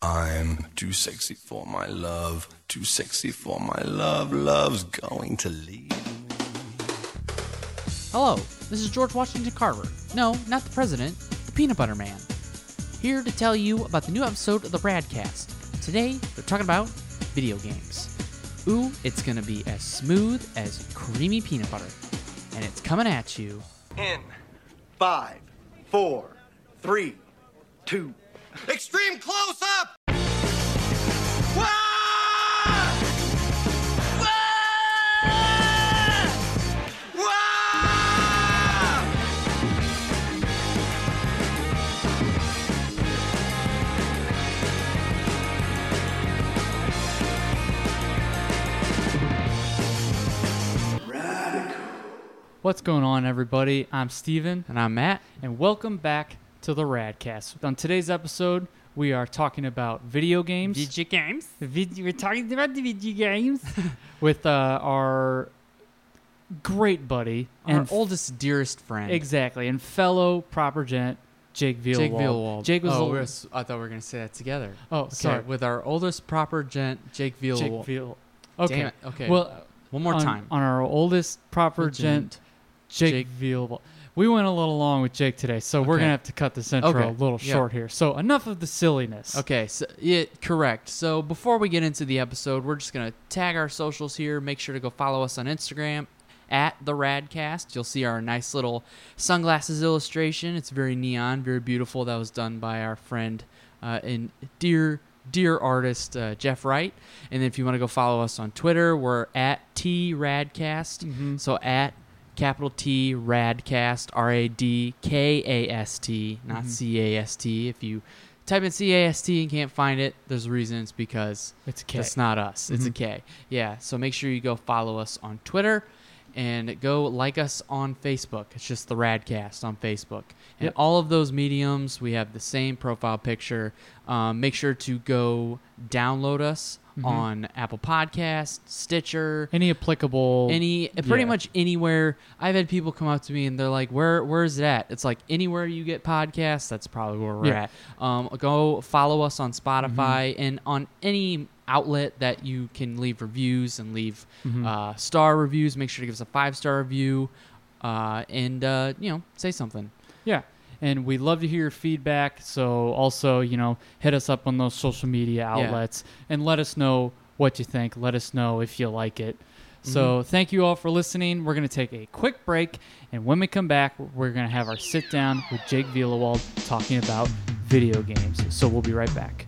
I'm too sexy for my love, too sexy for my love. Love's going to leave. Hello, this is George Washington Carver. No, not the president, the peanut butter man. Here to tell you about the new episode of the Bradcast. Today, they're talking about video games. Ooh, it's gonna be as smooth as creamy peanut butter. And it's coming at you. in five, four, three, two. Extreme close up! Wah! Wah! Wah! What's going on, everybody? I'm Steven. And I'm Matt. and welcome back to the Radcast. On today's episode, we are talking about video games. Video games? Vid- we're talking about the video games with uh, our great buddy Our and oldest, dearest friend. exactly and fellow proper gent Jake Vielewald. Jake Vielewald. Jake was oh, the- we're s- I thought we were gonna say that together. Oh, okay. sorry. With our oldest proper gent, Jake Jake Veal. Viel. Okay. Damn it. Okay. Well, One more on, time. on our oldest proper gent, Gent. Jake, Vielewald. We went a little long with Jake today, so we're Okay. gonna have to cut this intro Okay. a little Yeah. short here. So enough of the silliness. okay. So yeah, correct. So before we get into the episode, we're just gonna tag our socials here. Make sure to go follow us on Instagram at the Radcast. You'll see our nice little sunglasses illustration. It's very neon, very beautiful. That was done by our friend uh, and dear dear artist uh, Jeff Wright. And then if you want to go follow us on Twitter, we're at T Radcast. So at capital T Radcast R A D K A S T, Mm-hmm. not C A S T. If you type in C A S T and can't find it, there's a reason. It's because It's a K. Mm-hmm. That's not us. It's a K. Yeah. So make sure you go follow us on Twitter. And go like us on Facebook. It's just the Radcast on Facebook. And Yep. all of those mediums, we have the same profile picture. Um, make sure to go download us Mm-hmm. on Apple Podcasts, Stitcher, Any applicable? any pretty yeah. much anywhere i've had people come up to me and they're like where where is it at it's like anywhere you get podcasts that's probably where we're Yeah. at um, go follow us on spotify and on any outlet that you can leave reviews and leave uh, star reviews make sure to give us a five star review uh, and uh, you know say something Yeah. And we love to hear your feedback. So also, you know, hit us up on those social media Yeah. outlets and let us know what you think. Let us know if you like it. So Mm-hmm. thank you all for listening. We're going to take a quick break. And when we come back, we're going to have our sit down with Jake Vielewald talking about video games. So we'll be right back.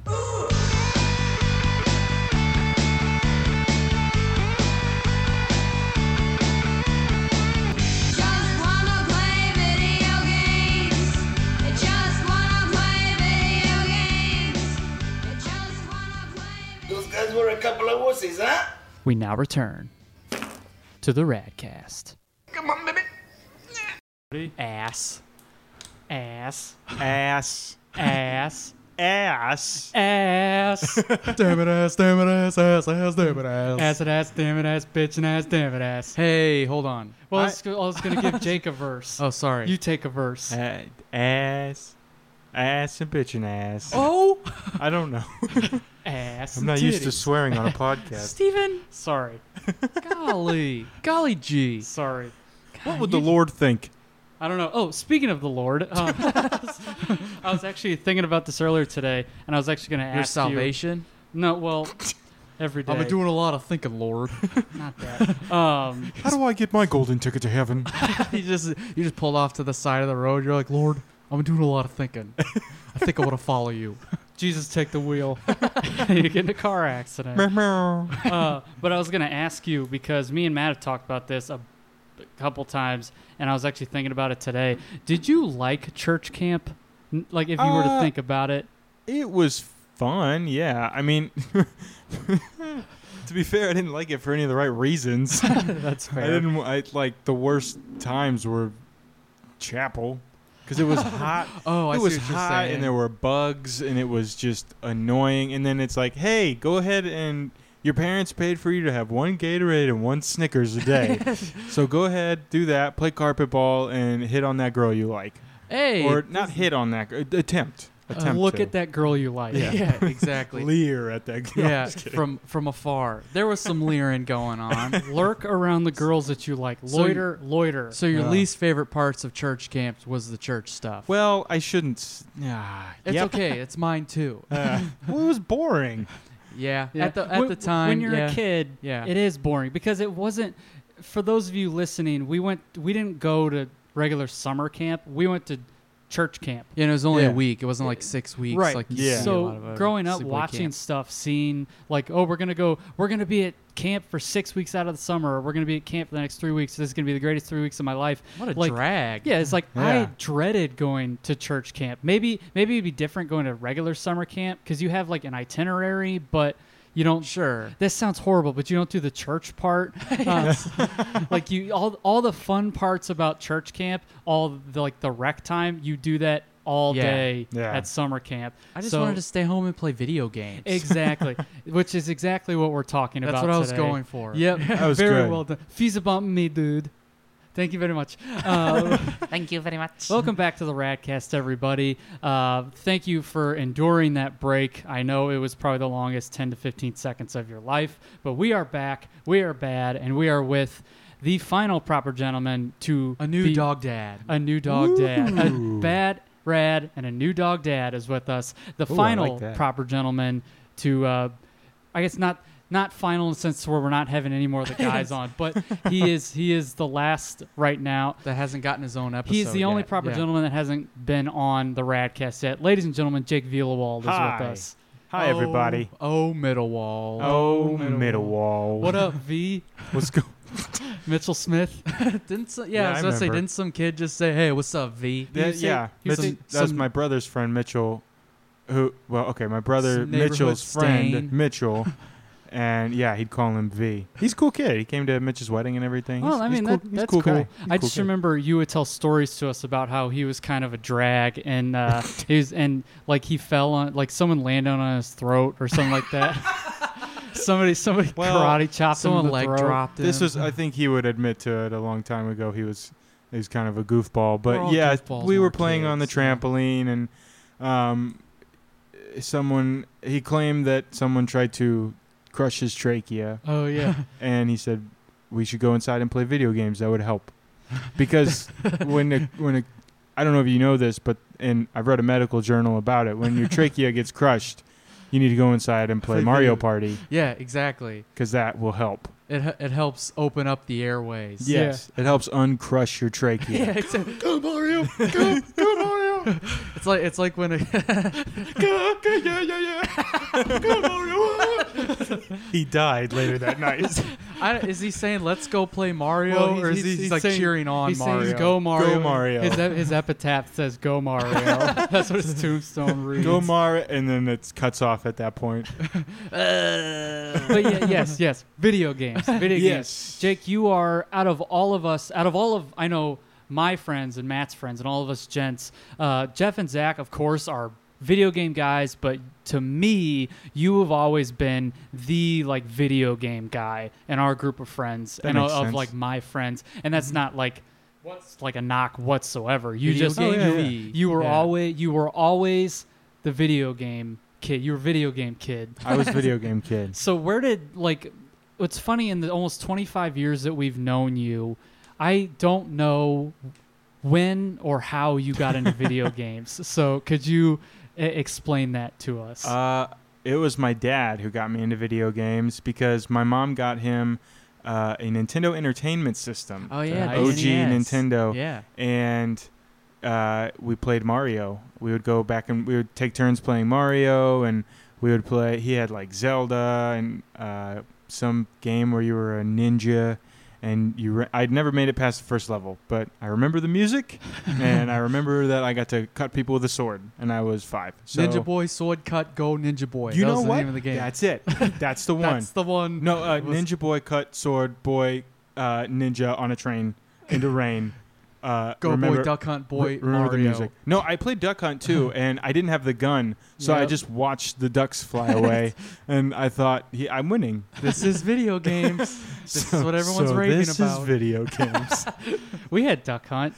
Just wanna play video games. I just wanna play video games. I just wanna play. Those guys were a couple of wussies, huh? We now return to the Radcast. Come on, baby. Ass. Ass. ass Ass. ass ass. damn it, ass, damn it, ass, ass, ass, damn it, ass. Ass it, ass, damn it, ass, bitch and ass, damn it, ass. hey hold on Well, I, was, go- I was gonna give Jake a verse. oh sorry You take a verse. A- Eh, ass ass and bitching ass oh i don't know ass. i'm not used to swearing on a podcast steven Sorry, golly golly gee sorry. what would the lord think I don't know. Oh, speaking of the Lord, um, I was actually thinking about this earlier today, and I was actually gonna ask your you- salvation No, well, every day. a lot of thinking lord not that. Um, how do i get my golden ticket to heaven you just you just pulled off to the side of the road. You're like, Lord, I'm doing a lot of thinking. I think I want to follow you. Jesus, take the wheel. you get in a car accident. uh, but I was going to ask you because me and Matt have talked about this a couple times, and I was actually thinking about it today. Did you like church camp? N- Like, if you were to Uh, think about it, it was fun yeah i mean to be fair i didn't like it for any of the right reasons that's i fair. didn't i like the worst times were chapel because it was hot Oh, I it see was what you're hot saying. and there were bugs and it was just annoying and then it's like hey go ahead and your parents paid for you to have one gatorade and one snickers a day so go ahead do that play carpet ball and hit on that girl you like hey, or not hit on that girl Uh, attempt Attempt Look to. at that girl you like. Yeah. Yeah, exactly. leer at that girl. yeah, I'm just kidding. from from afar. There was some leering going on. Lurk around the girls that you like. So you- Loiter, loiter. So your Yeah. least favorite parts of church camps was the church stuff. well, I shouldn't. s- Ah, it's yep. okay. It's mine too. Uh, well, it was boring. Yeah. Yeah. At the at When- the time when you're yeah. a kid, Yeah. it is boring because it wasn't. For those of you listening, we went. We didn't go to regular summer camp. We went to church camp. Yeah, and it was only Yeah. a week. It wasn't like six weeks. Right. Like Yeah. see a lot of So other growing up, sleepaway watching camps. stuff, seeing like, oh, we're gonna go, we're gonna be at camp for six weeks out of the summer. Or we're gonna be at camp for the next three weeks. This is gonna be the greatest three weeks of my life. What a like, drag. Yeah, it's like Yeah. I dreaded going to church camp. Maybe maybe it'd be different going to regular summer camp because you have like an itinerary, but you don't. Sure. This sounds horrible, but you don't do the church part. Uh, like you all all the fun parts about church camp, all the like the rec time, you do that all Yeah. day Yeah. at summer camp. I just So- wanted to stay home and play video games. Exactly, which is exactly what we're talking That's about. what I was today. going for. Yep, That was very good. well done. Fees a bump me, dude. Thank you very much. Uh, Thank you very much. Welcome back to the Radcast, everybody. Uh, thank you for enduring that break. I know it was probably the longest 10 to 15 seconds of your life, but we are back. We are bad, and we are with the final proper gentleman to A new be- dog dad. a new dog dad, a bad rad, and a new dog dad is with us. The I final like that. proper gentleman to, uh, I guess not not final in the sense where we're not having any more of the guys on, but he is he is the last right now. that hasn't gotten his own episode. He is the only yet. proper Yeah. gentleman that hasn't been on the Radcast yet. Ladies and gentlemen, Jake Villawald is Hi. with us. Hi, everybody. Oh, oh, middle wall. Oh, middle wall. What up, V? What's go- Mitchell Smith. Didn't some, yeah, Yeah, I was I gonna say, remember. didn't some kid just say, "Hey, what's up, V?" Yeah, yeah. you Mitch- say that's some- my brother's friend Mitchell. Who? Well, okay, my brother Some neighborhood Mitchell's stain. friend Mitchell, and yeah, he'd call him V. He's a cool kid. He came to Mitch's wedding and everything. Well, He's- I he's mean, cool- that- he's a that's cool cool. guy. He's a I cool just kid. remember you would tell stories to us about how he was kind of a drag and uh, his and like he fell on like someone landed on his throat or something like that. somebody somebody Well, karate chopped him Someone in the leg throat. dropped him. This was. I think he would admit to it a long time ago. He was. He was kind of a goofball, We're but all yeah, goofballs we when were we're playing on the kids, yeah. trampoline, and um, someone he claimed that someone tried to crush his trachea. Oh yeah, and he said we should go inside and play video games. That would help because when a, when a, I don't know if you know this, but and I've read a medical journal about it. When your trachea gets crushed, you need to go inside and play Play Mario video- Party yeah, exactly. because that will help. It h- it helps open up the airways. Yes, it helps uncrush your Yeah, trachea. exactly. Go Mario, go, go Mario. It's like it's like when a yeah, yeah, yeah. Go Mario. he died later that night. I, is he saying let's go play Mario Well, or is he's- he he's- he's like saying- cheering on he Mario? sings "Go Mario." Go Mario. His, ep- his epitaph says "Go Mario." That's what his tombstone reads. Go Mario, and then it cuts off at that point. but yeah, yes, yes. Video games. Video games. Yes. Jake, you are out of all of us, out of all of I know my friends and Matt's friends and all of us gents. Uh, Jeff and Zach, of course, are video game guys, but to me, you have always been the like video game guy in our group of friends That and makes of sense. Mm-hmm. like my friends, and that's not like what's like a knock whatsoever. You Video just game Oh, yeah, yeah. V. you were Yeah. always you were always the video game kid. You were a video game kid. I was video game kid. So where did like what's funny in the almost 25 years that we've known you, I don't know when or how you got into video games. So could you uh, explain that to us? Uh, it was my dad who got me into video games because my mom got him uh, a Nintendo Entertainment System. Oh yeah, the E the OG NES. Nintendo, Yeah. and uh, we played Mario. We would go back and we would take turns playing Mario, and we would play. He had like Zelda and uh, some game where you were a ninja. And you, re- I'd never made it past the first level, but I remember the music, and I remember that I got to cut people with a sword, and I was five. So Ninja Boy Sword Cut Go Ninja Boy. you that know was the what? name of the game. That's it. That's the one. That's the one. no, uh, was- Ninja Boy cut sword boy uh, ninja on a train into rain. Uh, Go remember, Boy Duck Hunt re- Boy remember the Mario. music. No, I played Duck Hunt too, and I didn't have the gun, so I Yep. just watched the ducks fly away, and I thought, he, "I'm winning." This is video games. This is So- what everyone's so raving this about. is video games. we had Duck Hunt.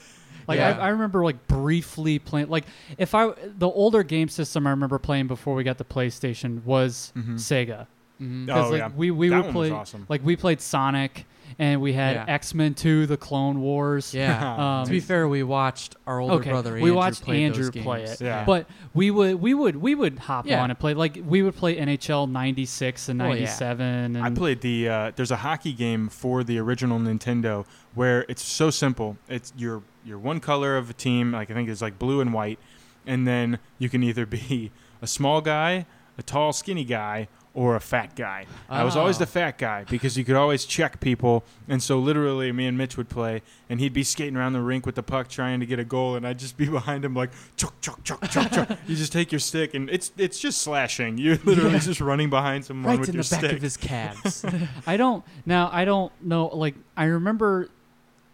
Like Yeah. I, I remember like briefly playing. Like if I the older game system I remember playing before we got the PlayStation was Mm-hmm. Sega. Oh, Because like yeah. we we That would one play was awesome. like we played Sonic and we had Yeah. X Men Two, The Clone Wars. Yeah. Um, to be fair, we watched our older Okay, brother. we Andrew watched play Andrew those games. play it. Yeah. But we would we would we would hop Yeah. on and play like we would play NHL '96 and Well, yeah. '97. I and played the uh, there's a hockey game for the original Nintendo where it's so simple. It's your your one color of a team, like I think it's like blue and white, and then you can either be a small guy, a tall skinny guy, or a fat guy. I was always Oh. the fat guy because you could always check people, and so literally me and Mitch would play, and he'd be skating around the rink with the puck trying to get a goal, and I'd just be behind him like chuck chuck chuck chuck chuck. You just take your stick and it's it's just slashing. You're literally just running behind someone Right with in your the back stick. of his calves. I don't now. I don't know. Like I remember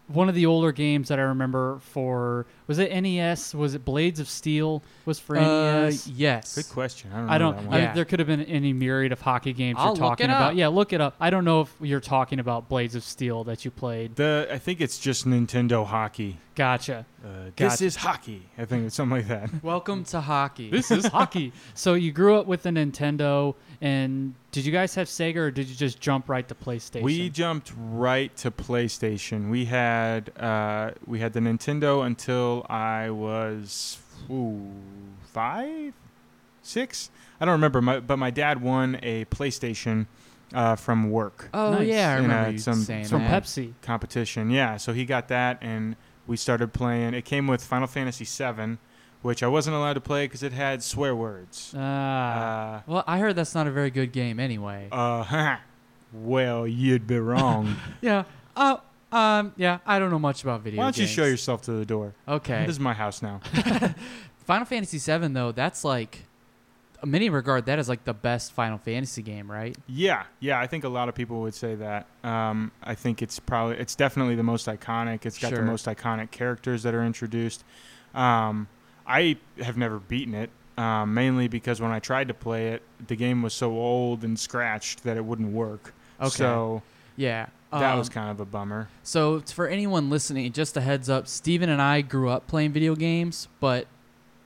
one of the older games that I remember for was it NES? Was it Blades of Steel? Was for Uh, NES? yes. Good question. I don't. Know I don't. That I, one. Yeah. There could have been any myriad of hockey games I'll you're look talking it up. about. Yeah, look it up. I don't know if you're talking about Blades of Steel that you played. The I think it's just Nintendo hockey. Gotcha. Uh, This Gotcha. is hockey. I think it's something like that. Welcome to hockey. This is hockey. So you grew up with a Nintendo, and did you guys have Sega, or did you just jump right to PlayStation? We jumped right to PlayStation. We had uh, we had the Nintendo until I was ooh, five, six. I don't remember. My, but my dad won a PlayStation uh, from work oh Nice. yeah, I You know, remember it's you some- saying from that. Pepsi. competition. Yeah, so he got that, and we started playing. It came with Final Fantasy VII, which I wasn't allowed to play because it had swear words. Ah, Uh, Well, I heard that's not a very good game anyway. Uh, well, you'd be wrong. yeah. Oh. Um. Yeah. I don't know much about video. Why don't you show games. yourself to the door? Okay. This is my house now. Final Fantasy VII though, that's like, many regard that as like the best Final Fantasy game, right? yeah, yeah. I think a lot of people would say that. Um, I think it's probably, it's definitely the most iconic. It's got Sure. the most iconic characters that are introduced. Um, I have never beaten it, um, mainly because when I tried to play it, the game was so old and scratched that it wouldn't work. Okay. So Yeah. that um, was kind of a bummer. So it's for anyone listening, just a heads up, Steven and I grew up playing video games, but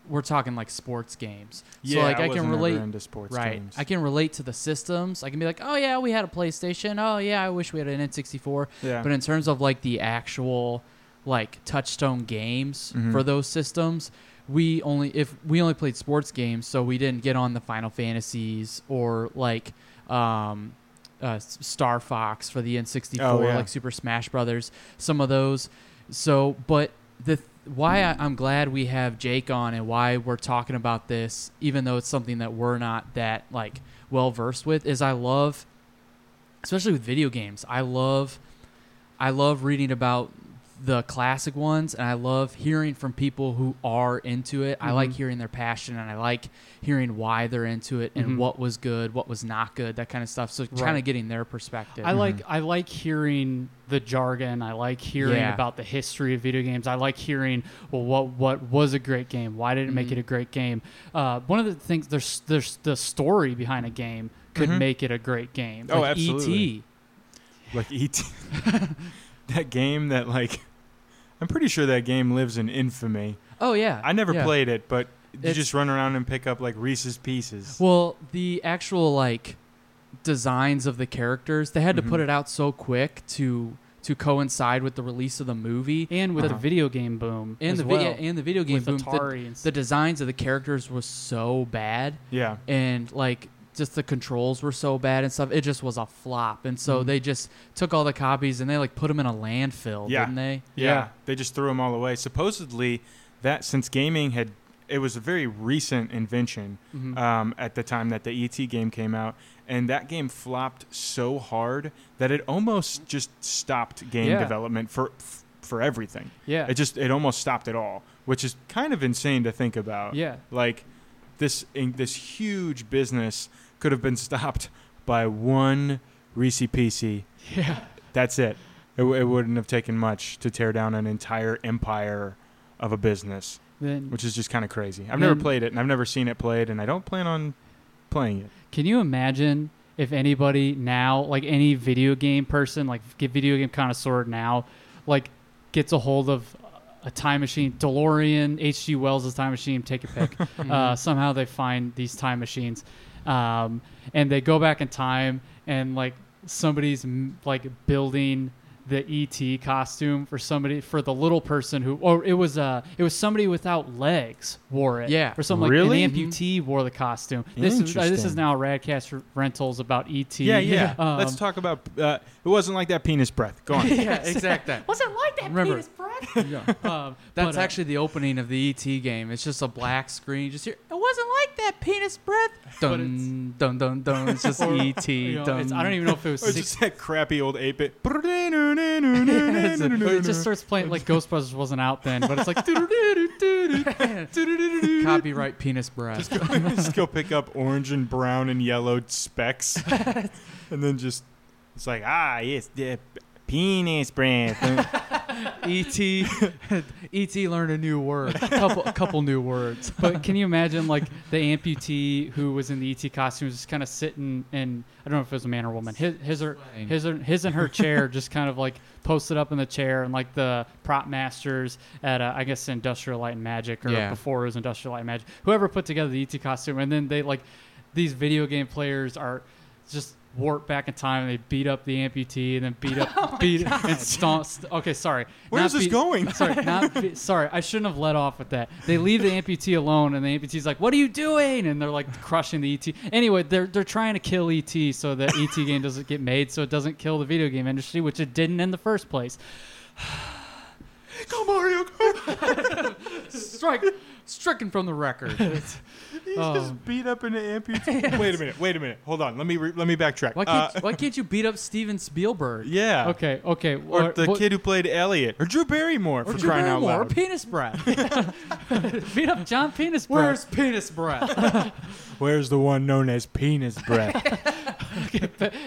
we're talking like sports games. so like I, wasn't can ever relate into sports right. games. I can relate to the systems. I can be like, "Oh yeah, we had a PlayStation. Oh yeah, I wish we had an N64." Yeah. But in terms of like the actual like touchstone games for those systems, we only if we only played sports games, so we didn't get on the Final Fantasies or like um uh, S- Star Fox for the N64, Oh, yeah. like Super Smash Brothers, some of those. So, but the th- why I, I'm glad we have Jake on and why we're talking about this, even though it's something that we're not that like well versed with, is I love, especially with video games, I love, I love reading about the classic ones and I love hearing from people who are into it. I Mm-hmm. like hearing their passion and I like hearing why they're into it and what was good, what was not good, that kind of stuff. So kind of Mm-hmm. Right. getting their perspective. I like Mm-hmm. I like hearing the jargon. I like hearing Yeah. about the history of video games. I like hearing well what what was a great game? Why did it Mm-hmm. make it a great game? Uh, one of the things there's there's the story behind a game could Mm-hmm. make it a great game. Oh, Like, E absolutely. like ET. that game that like I'm pretty sure that game lives in infamy. Oh yeah. I never yeah. played it, but you It's- just run around and pick up like Reese's pieces. Well, the actual like designs of the characters, they had to Mm-hmm. put it out so quick to to coincide with the release of the movie and with the video game boom Uh-huh. and as the well. video and the video game With boom. Atari the, and the designs of the characters were so bad yeah. and like just the controls were so bad and stuff. It just was a flop, and so Mm-hmm. they just took all the copies and they like put them in a landfill, Yeah. didn't they? yeah. They just threw them all away. Supposedly, that since gaming had it was a very recent invention Mm-hmm. um, at the time that the ET game came out, and that game flopped so hard that it almost just stopped game Yeah. development for f- for everything. Yeah. it just it almost stopped it all, which is kind of insane to think about. Yeah. like this in, this huge business could have been stopped by one Reese PC. That's it. It, w- it wouldn't have taken much to tear down an entire empire of a business, Then- which is just kind of crazy. I've never Mm. played it, and I've never seen it played, and I don't plan on playing it. Can you imagine if anybody now, like any video game person, like get video game connoisseur now, like gets a hold of a time machine, DeLorean, H.G. Wells' time machine, take your pick. uh, somehow they find these time machines, um, and they go back in time, and like somebody's m- like building the ET costume for somebody for the little person who, or it was uh, it was somebody without legs wore it, Yeah. or something Really? like an amputee wore the costume. This is uh, this is Interesting. now Radcast r- rentals about ET. Yeah, yeah. Um, Let's talk about. Uh, it wasn't like that penis breath. Go on. yeah, exactly. Was it like that Remember- penis breath? Um, That's but, uh, actually the opening of the ET game. It's just a black screen. Just here. It wasn't like that penis breath. Dun dun dun dun. It's just ET. you know, dun. it's- I don't even know if it was Or six. just that crappy old ape bit. It just starts playing like Ghostbusters wasn't out then, but it's like Copyright penis breath. just go pick up orange and brown and yellow specks, and then just it's like ah yes, the penis breath. ET. ET learned a new word. E a couple a couple new words. But can you imagine like the amputee who was in the ET costume was just kind of sitting in I don't know if it was a man or woman. His his or Swaying. his or, his and her chair just kind of like posted up in the chair and like the prop masters at uh, I guess Industrial Light and Magic or Yeah. before it was Industrial Light and Magic. Whoever put together the ET costume and then they like these video game players are just warped back in time and they beat up the amputee and then beat up beat and stomp st- okay sorry Where's Not this beat- going? sorry, not be- sorry. I shouldn't have let off with that. They leave the amputee alone, and the amputee's like, "What are you doing?" And they're like crushing the ET. Anyway, they're they're trying to kill ET so the ET game doesn't get made, so it doesn't kill the video game industry, which it didn't in the first place. Go Mario, go! Strike. Stricken from the record. He Oh. just beat up an amputee. wait a minute, wait a minute. Hold on. Let me re- let me backtrack. Why Uh, can't, why can't you beat up Steven Spielberg? yeah. Okay, okay. Or what- the what- kid who played Elliot, or Drew Barrymore, for Drew crying Barrymore, out loud. penis breath. beat up John Penis. Breath. Where's penis breath? Where's the one known as penis breath?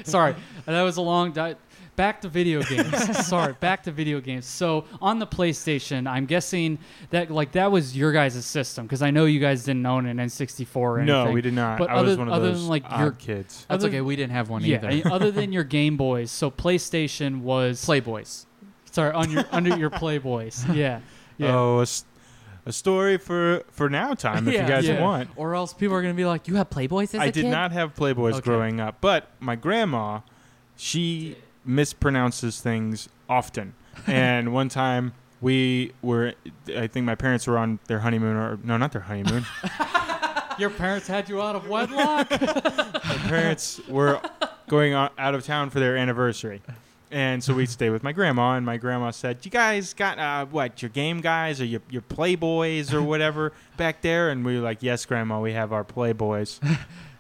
Sorry, that was a long di- Back to video games. Sorry, back to video games. So on the PlayStation, I'm guessing that like that was your guys' system because I know you guys didn't own an N64 or anything. no, we did not. But I other, was one of other those than like odd your kids. That's Other- okay. We didn't have one yeah, either. I mean, other than your Game Boys, so PlayStation was Playboys. sorry on your under your Playboys. Yeah, yeah. Oh, a, s- a story for for now time if you guys yeah. want. Or else people are gonna be like, "You have Playboys as I a did kid?" not have Playboys Okay. growing up, but my grandma, she mispronounces things often. and one time we were, I think my parents were on their honeymoon, or no, not their honeymoon. Your parents had you out of wedlock. my parents were going o- out of town for their anniversary. And so we stayed with my grandma, and my grandma said, "You guys got uh, what? Your game guys or your your playboys or whatever back there?" And we were like, "Yes, grandma, we have our playboys.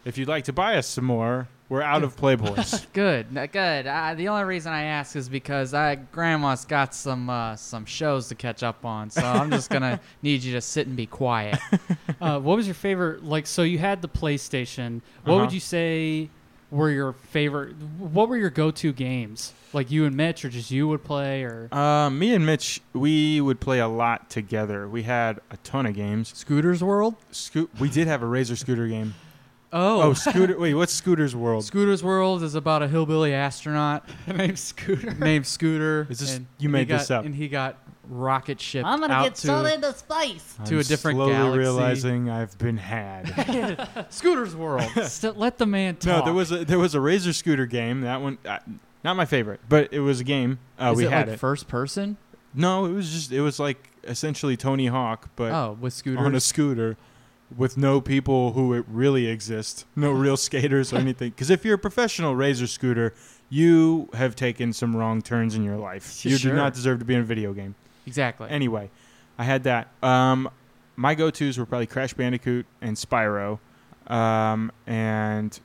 If you'd like to buy us some more, we're out of playboys." Good, n- good. Uh, the only reason I ask is because I grandma's got some uh, some shows to catch up on, so I'm just gonna need you to sit and be quiet. uh, what was your favorite? Like, so you had the PlayStation. What Uh-huh. would you say were your favorite? What were your go-to games? Like you and Mitch, or just you would play, or Uh, me and Mitch, we would play a lot together. We had a ton of games. Scooter's World. Scoot, we did have a razor scooter game. Oh, Oh, scooter! Wait, what's Scooter's World? Scooter's World is about a hillbilly astronaut name Scooter. named Scooter. Is this- and you he made got- this up. and he got rocket shipped out to space. to a different slowly galaxy. realizing I've been had. Scooter's World. let the man talk. No, there was a there was a razor scooter game. That one, uh, not my favorite, but it was a game. Uh, is we it had like it. first person? no, it was just it was like essentially Tony Hawk, but Oh, with Scooter. on a scooter with no people who it really exist, no real skaters or anything. Because if you're a professional razor scooter, you have taken some wrong turns in your life. You Sure. do not deserve to be in a video game. exactly. Anyway, I had that. Um, my go tos were probably Crash Bandicoot and Spyro. Um, and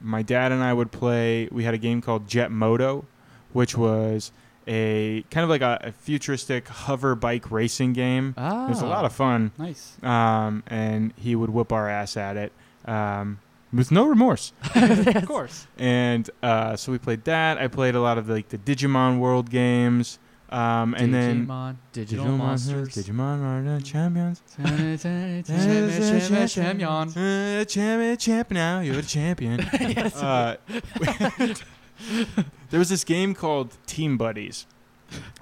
my dad and I would play. We had a game called Jet Moto, which was a kind of like a, a futuristic hover bike racing game. It was a Oh. lot of fun. nice. Um, and he would whip our ass at it um, with no remorse Of course. and uh, so we played that. I played a lot of like the Digimon World games, um, and then Digimon, digital monsters. Digimon are the champions. Champion. Uh, champion, champ now you're the champion. uh, there was this game called Team Buddies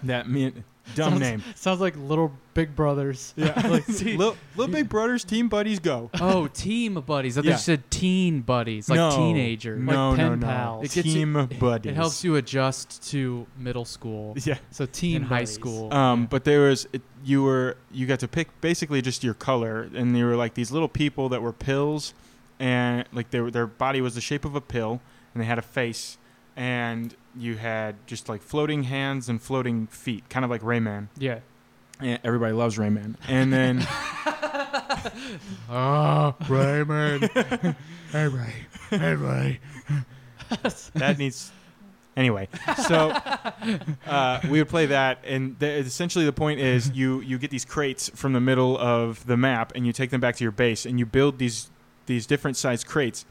that me and Dumb name. Sounds like Little Big Brothers. Yeah. Like, Lil, Lil Big Brothers Team Buddies Go. Oh, team buddies. I thought Yeah. you said teen buddies, like no. teenager. No, no, pen no. pals. It gets you- Team Buddies. It helps you adjust to middle school. Yeah. so teen in high buddies. school. Um, but there was it, you were you got to pick basically just your color, and they were like these little people that were pills, and like their their body was the shape of a pill, and they had a face, and you had just like floating hands and floating feet, kind of like Rayman. Yeah. And everybody loves Rayman, and then Ah, Raymond. hey, Ray. Hey, Ray. that needs anyway so uh, we would play that and the, essentially the point is you you get these crates from the middle of the map and you take them back to your base and you build these these different size crates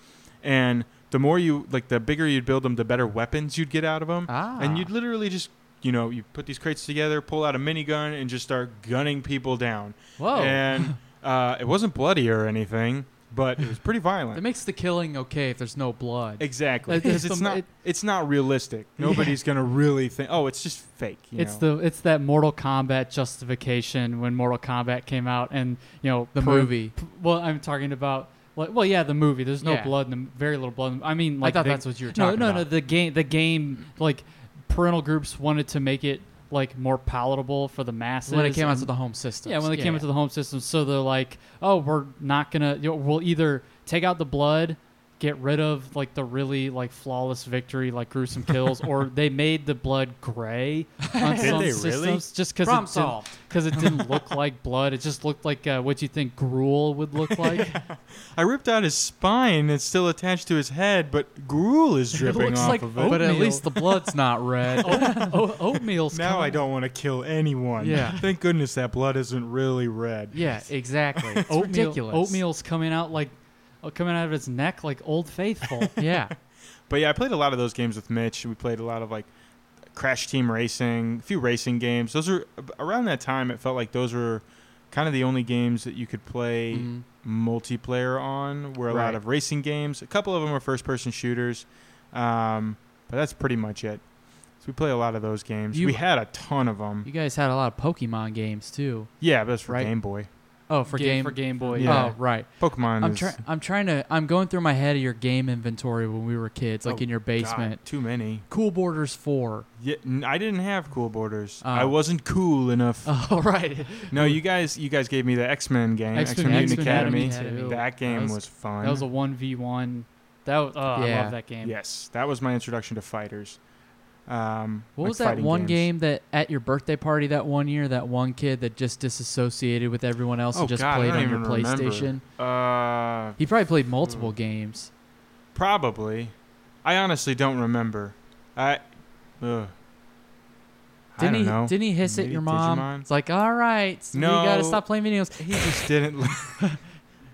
and the more you like the bigger you'd build them the better weapons you'd get out of them Ah. and you'd literally just you know you put these crates together pull out a minigun and just start gunning people down Oh. Whoa. and uh, it wasn't bloody or anything but it was pretty violent That makes the killing okay if there's no blood. Exactly, Like, because there's it's some- not it- it's not realistic. Nobody's gonna really think. Oh, it's just fake. You It's the it's that Mortal Kombat justification when Mortal Kombat came out and you know The per- movie. p- well, I'm talking about like well yeah the movie. There's no Yeah. blood in the very little blood. in the- I mean like thought the- that's what you were No talking no no about. the game the game like parental groups wanted to make it like more palatable for the masses when it came out and- to the home system. yeah, when they came into the home system, so they're like, "Oh, we're not gonna. You know, we'll either take out the blood, get rid of like the really like flawless victory, like gruesome kills, or they made the blood gray on Did some they really? systems just because Problem it didn't, solved. 'cause it didn't look like blood. It just looked like uh, what you think gruel would look like. I ripped out his spine. It's still attached to his head, but gruel is dripping looks off like of it. But at oatmeal. least the blood's not red. o- oatmeal's Now coming. I don't want to kill anyone. Yeah. Thank goodness that blood isn't really red. yeah, exactly. It's Oatmeal, ridiculous. Oatmeal's coming out like uh, coming out of its neck like Old Faithful. Yeah. But yeah, I played a lot of those games with Mitch. We played a lot of like Crash Team Racing, a few racing games. Those are around that time. It felt like those were kind of the only games that you could play Mm-hmm. Mhm. multiplayer on. Were a Right. lot of racing games. A couple of them were first-person shooters, um, but that's pretty much it. So we play a lot of those games. You- we had a ton of them. You guys had a lot of Pokemon games too. yeah, but that's for right. Game Boy. Oh, for game. for Game Boy. Yeah. Oh, right. Pokemon. I'm is, trying. I'm trying to. I'm going through my head of your game inventory when we were kids, like Oh, in your God, basement. too many. Cool Borders Four. Yeah, n- I didn't have cool borders. Uh, Oh. I wasn't cool enough. Oh, right. No, you guys, you guys gave me the X Men game, X X-Men Men Mutant Mutant Academy. Academy too. That game was- was, fun. That was a one v one. That was, oh, I Yeah. love that game. yes, that was my introduction to fighters. Um, What like was that fighting one games. game that at your birthday party that one year, that one kid that just disassociated with everyone else Oh, and just God, I played don't on your even remember. PlayStation? Uh, He probably played multiple games. probably. I honestly don't remember. I, ugh. I Didn't don't he? know. Didn't he hiss at Maybe your mom? Digimon? It's like, all right, so you gotta No. stop playing videos. he just didn't. li-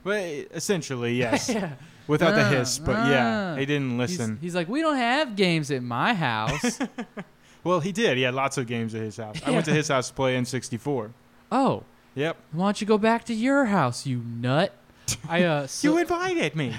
well, essentially, yes. Yeah. Without the Uh, hiss, but yeah, uh. he didn't listen. He's, he's like, we don't have games at my house. well, he did. He had lots of games at his house. I went to his house to play N64. oh, Yep. why don't you go back to your house, you nut? I uh, so- invited me.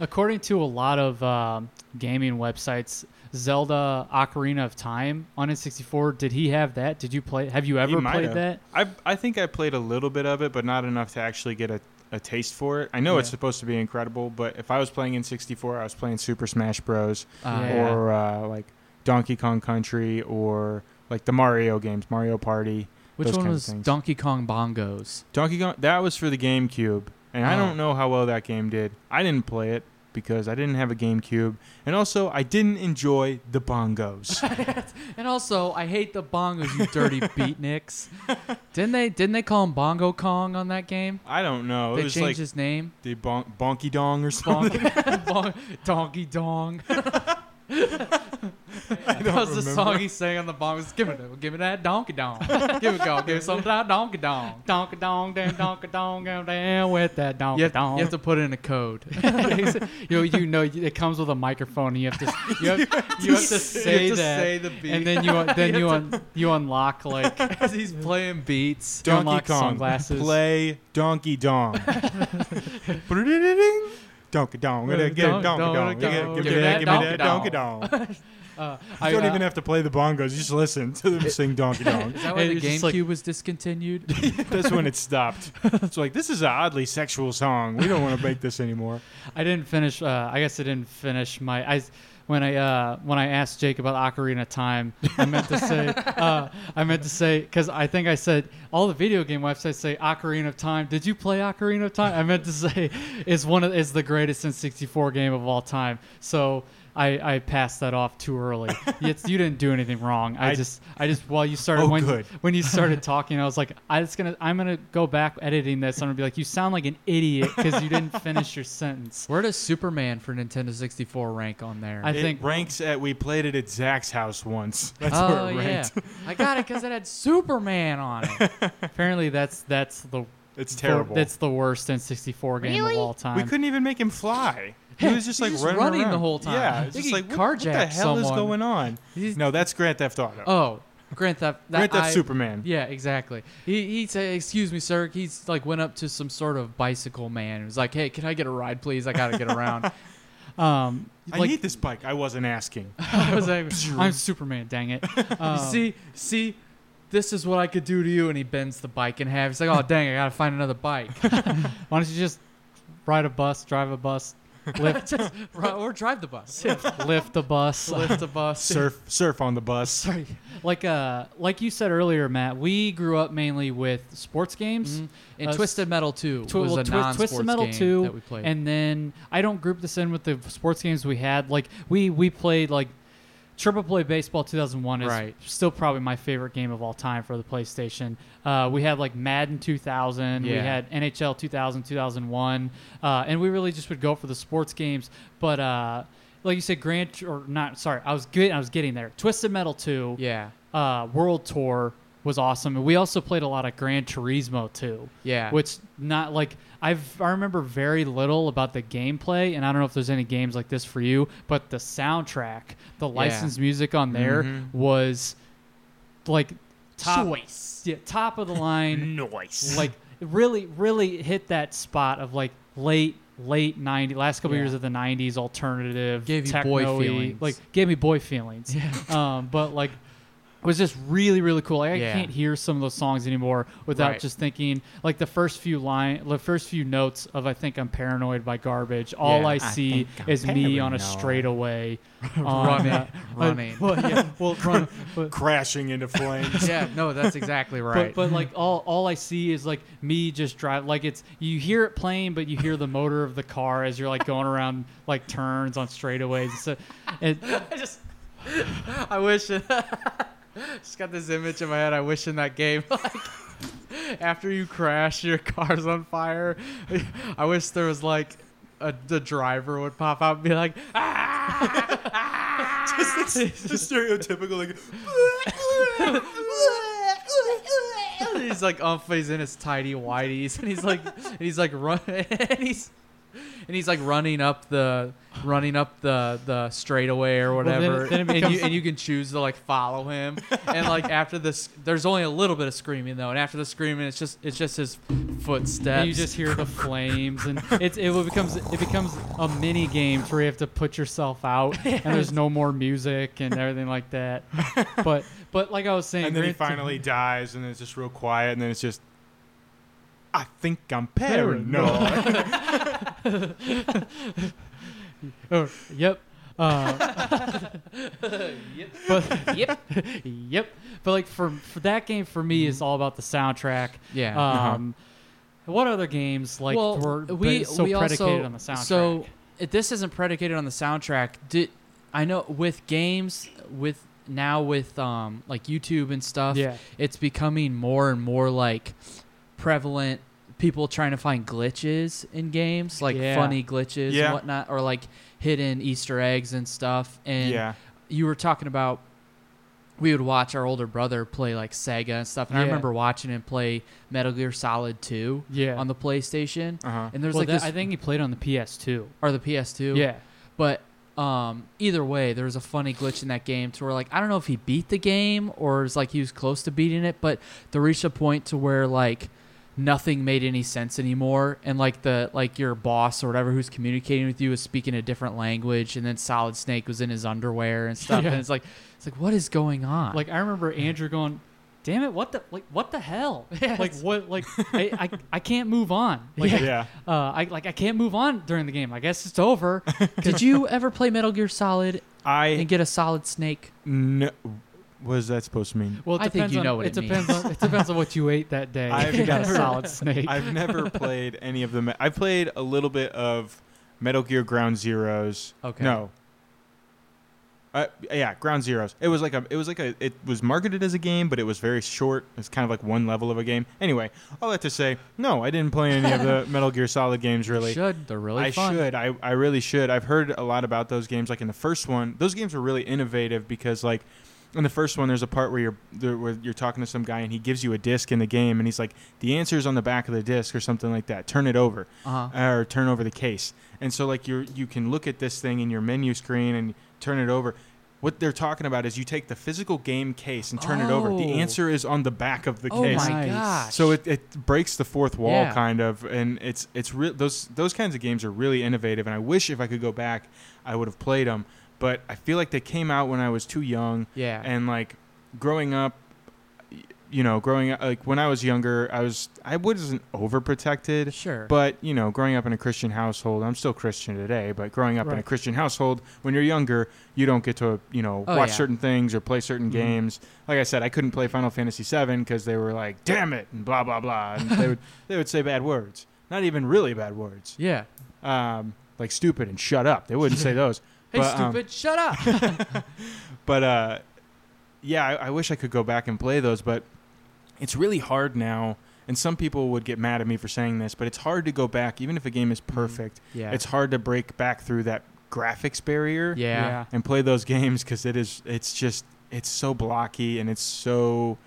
according to a lot of um, gaming websites, Zelda Ocarina of Time on N64. Did he have that? Did you play? Have you He ever might played have. that? I I think I played a little bit of it, but not enough to actually get a, a taste for it. I know it's Yeah. supposed to be incredible, but if I was playing in 64, I was playing Super Smash Bros. Uh, Yeah. or uh, like Donkey Kong Country or like the Mario games, Mario Party. Which those one kinds of was things. Donkey Kong Bongos? Donkey Kong? That was for the GameCube, and I Oh. don't know how well that game did. I didn't play it because I didn't have a GameCube, and also I didn't enjoy the bongos. And also, I hate the bongos, you dirty beatniks. didn't they? Didn't they call him Bongo Kong on that game? I don't know. they It was changed like his name. the bon- Bonky Dong or something. Bong, bong, donkey Dong. that don't was the remember. song he sang on the bongos. Give it, give me that Donkey Dong. give it, go, give me some of that Donkey Dong. Donka dong, dang, donka dong, dang, dang, with that donka You have, dong. you have to put in a code. you know, you know, it comes with a microphone. And you have to, you have, you have to say You have to that, say the beat. and then you, uh, then you, un, you unlock like As he's playing beats. Don't- Donkey Unlock Kong. sunglasses. Play Donkey Dong. Donkey Dong. Get it, get it, Donkey Dong. Dong, Get it, Dong, Give me that, give me that, Donkey Dong. Uh, You don't even have to play the bongos. You just listen to them sing Donkey Kong. Is that why It the was just GameCube like- was discontinued? That's when it stopped. It's like this is an oddly sexual song. We don't want to make this anymore. I didn't finish. Uh, I guess I didn't finish my. I when I uh, when I asked Jake about Ocarina of Time, I meant to say. uh, I meant to say because I think I said all the video game websites say Ocarina of Time. Did you play Ocarina of Time? I meant to say is one of is the greatest N64 game of all time. So. I, I passed that off too early. It's, you didn't do anything wrong. I, I- just I just while you started Oh, when good. when you started talking, I was like, I just gonna I'm gonna go back editing this. I'm gonna be like, you sound like an idiot because you didn't finish your sentence. Where does Superman for Nintendo 64 rank on there? I It think ranks at we played it at Zach's house once. That's oh where it yeah, ranked. I got it because it had Superman on it. apparently that's that's the It's terrible. that's the worst N64 game Really? of all we time. couldn't even make him fly. He was just like he's just running, running the around. whole time. Yeah, I it's think just he like what, what the carjacked hell is someone. going on? He's- No, that's Grand Theft Auto. Oh, Grand Theft. That, Grand Theft I- Superman. Yeah, exactly. He he said, "Excuse me, sir." He's like went up to some sort of bicycle man and was like, "Hey, can I get a ride, please? I gotta get around." um, I like need this bike. I wasn't asking. I was like, I'm Superman, dang it. Um, see, see, this is what I could do to you. And he bends the bike in half. He's like, "Oh, dang, I gotta find another bike." why don't you just ride a bus, drive a bus, lift Right, or drive the bus. lift a bus, Lift a bus. surf, surf on the bus. like uh like you said earlier, Matt. We grew up mainly with sports games. Mm-hmm. And Uh, Twisted Metal 2 Twi- was well, a Twi- non-sports Twisted Metal game 2, that we played. and then I don't group this in with the sports games we had. Like we we played like Triple Play Baseball 2001 is Right. still probably my favorite game of all time for the PlayStation. Uh, we had like Madden 2000, we Yeah. had NHL 2000, 2001, uh, and we really just would go for the sports games. But uh, like you said, Grant or not? Sorry, I was good. I was getting there. Twisted Metal 2 yeah, uh, World Tour was awesome, and we also played a lot of Gran Turismo too. Yeah. which not like I've I remember very little about the gameplay, and I don't know if there's any games like this for you, but the soundtrack, the licensed music on there was like top, yeah, top of the line, Noise. like really, really hit that spot of like late. Late '90s, last couple Yeah. years of the '90s, alternative Gave you boy techno-y, feelings. Like gave me boy feelings. Um, but like was just really really cool. Like, Yeah. I can't hear some of those songs anymore without Right. just thinking like the first few line, the first few notes of "I think I'm paranoid by garbage." All Yeah. I I see think I'm is me on a paranoid. straightaway, on, running, uh, running. well, yeah, well, run, but, crashing into flames. yeah, no, that's exactly but- right. But, like all, all I see is like me just drive. Like it's you hear it playing, but you hear the motor of the car as you're like going around like turns on straightaways. So, it, I just, I wish. It, just got this image in my head. I wish in that game, like, after you crash, your car's on fire. I wish there was like, a, the driver would pop out and be like, "Ah!" It's the stereotypical like he's like um he's in his tidy whities and he's like and he's like run and he's and he's like running up the running up the the straightaway or then it- whatever then and it you becomes- and you can choose to like follow him and like after this there's only a little bit of screaming though and after the screaming it's just it's just his footsteps And you just hear the flames, and it's it will becomes it becomes a mini game where you have to put yourself out, and there's no more music and everything like that. But but like I was saying, and then Gran he Tur- finally dies and then it's just real quiet and then it's just I think I'm paranoid. oh, yep. Uh, But yep, yep. But like for for that game for me is all about the soundtrack. Yeah. Um, what other games like well, were we so we predicated also, on the soundtrack? So if this isn't predicated on the soundtrack. Did I know with games with now with um like YouTube and stuff? Yeah. it's becoming more and more like prevalent. People trying to find glitches in games, like Yeah. funny glitches Yeah. and whatnot, or like hidden Easter eggs and stuff. And yeah. you were talking about we would watch our older brother play like Sega and stuff, and I Yeah. remember watching him play Metal Gear Solid Two Yeah. on the PlayStation. Uh-huh. And there's Well, like that- this, I think he played on the PS2. or the PS2. Yeah. But um, either way, there was a funny glitch in that game to where like I don't know if he beat the game or it's like he was close to beating it, but there reached a point to where like nothing made any sense anymore and like the like your boss or whatever who's communicating with you is speaking a different language and then solid snake was in his underwear and stuff Yeah. and it's like it's like what is going on Like I remember Andrew going, "Damn it, what the like what the hell? Like what like I, I I can't move on. Like, Yeah. Uh, I like I can't move on during the game. I guess it's over. did you ever play metal gear solid I and get a solid snake kn- what is that supposed to mean? Well, it I think depends you on, know what it depends on it depends on what you ate that day. I've You got a never- solid snake. I've never played any of them. I played a little bit of Metal Gear Ground Zeroes. Okay. No. Uh, yeah, Ground Zeroes. It was like a. It was like a. It was marketed as a game, but it was very short. It's kind of like one level of a game. Anyway, all that to say, no, I didn't play any of the Metal Gear Solid games really. should they're really I fun should. I, I really should. I've heard a lot about those games. Like in the first one, those games were really innovative because like in the first one, there's a part where you're there, where you're talking to some guy and he gives you a disc in the game and he's like, the answer's on the back of the disc or something like that. Turn it over Uh-huh. or turn over the case. And so like you you can look at this thing in your menu screen and turn it over. What they're talking about is you take the physical game case and turn it over. The Oh. answer is on the back of the oh case. my Nice. gosh So it, it breaks the fourth wall Yeah. kind of, and it's it's real. Those those kinds of games are really innovative, and I wish if I could go back, I would have played them. But I feel like they came out when I was too young. Yeah. And like growing up, y- you know, growing up like when I was younger, I was I wasn't overprotected. Sure. But you know, growing up in a Christian household, I'm still Christian today. But growing up in a Right. Christian household, when you're younger, you don't get to you know Oh, yeah. watch Mm-hmm. certain certain things or play certain games. Like I said, I couldn't play Final Fantasy VII because they were like, "Damn it!" and blah blah blah, and they would they would say bad words, not even really bad words, yeah um, like stupid and shut up. They wouldn't say those. hey But, um, stupid shut up but uh, yeah, I, I wish I could go back and play those, but it's really hard now. And some people would get mad at me for saying this, but it's hard to go back, even if a game is Mm-hmm. perfect. yeah. it's hard to break back through that graphics barrier yeah and play those games because it is it's just it's so blocky and it's so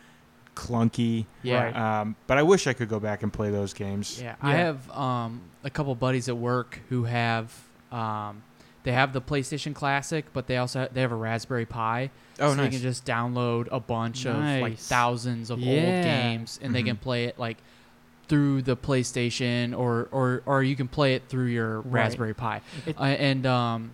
clunky. yeah, Right. Um, but I wish I could go back and play those games. Yeah, I Yeah. have um, a couple buddies at work who have um, they have the PlayStation Classic, but they also they have a Raspberry Pi. Oh, so nice. they can just download a bunch of like Nice. thousands of Yeah. old games, and they can Mm-hmm. play it like through the PlayStation, or or or you can play it through your Right. Raspberry Pi. It- Uh, and um,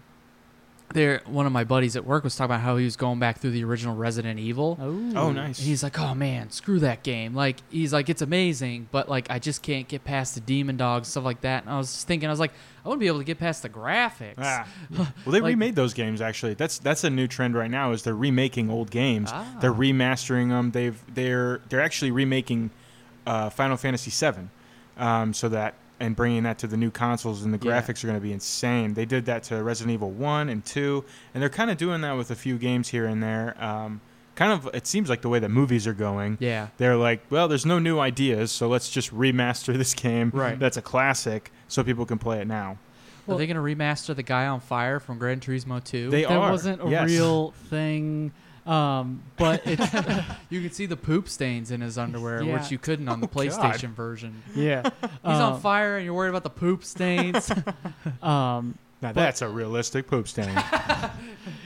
there, one of my buddies at work was talking about how he was going back through the original Resident Evil. oh, Oh, nice. And he's like, oh man, screw that game. Like, he's like, it's amazing, but like, I just can't get past the demon dogs, stuff like that. And I was just thinking, I was like, I wouldn't be able to get past the graphics. Ah. Well, they Like- remade those games actually. That's that's a new trend right now. Is they're remaking old games. Ah. They're remastering them. They've they're they're actually remaking uh, Final Fantasy VII, um, so that and bringing that to the new consoles and the Yeah. graphics are going to be insane. They did that to Resident Evil One and Two, and they're kind of doing that with a few games here and there. Um, kind of it seems like the way that movies are going. Yeah. They're like, well, there's no new ideas, so let's just remaster this game. Right. That's a classic, so people can play it now. Are they gonna remaster the guy on fire from Gran Turismo 2? They that are. wasn't a Yes. real thing. Um, but it's you can see the poop stains in his underwear, Yeah. Oh, Um, which you couldn't on the PlayStation version. He's yeah. on fire, and you're worried about the poop stains. Um, Now that's a realistic poop stain.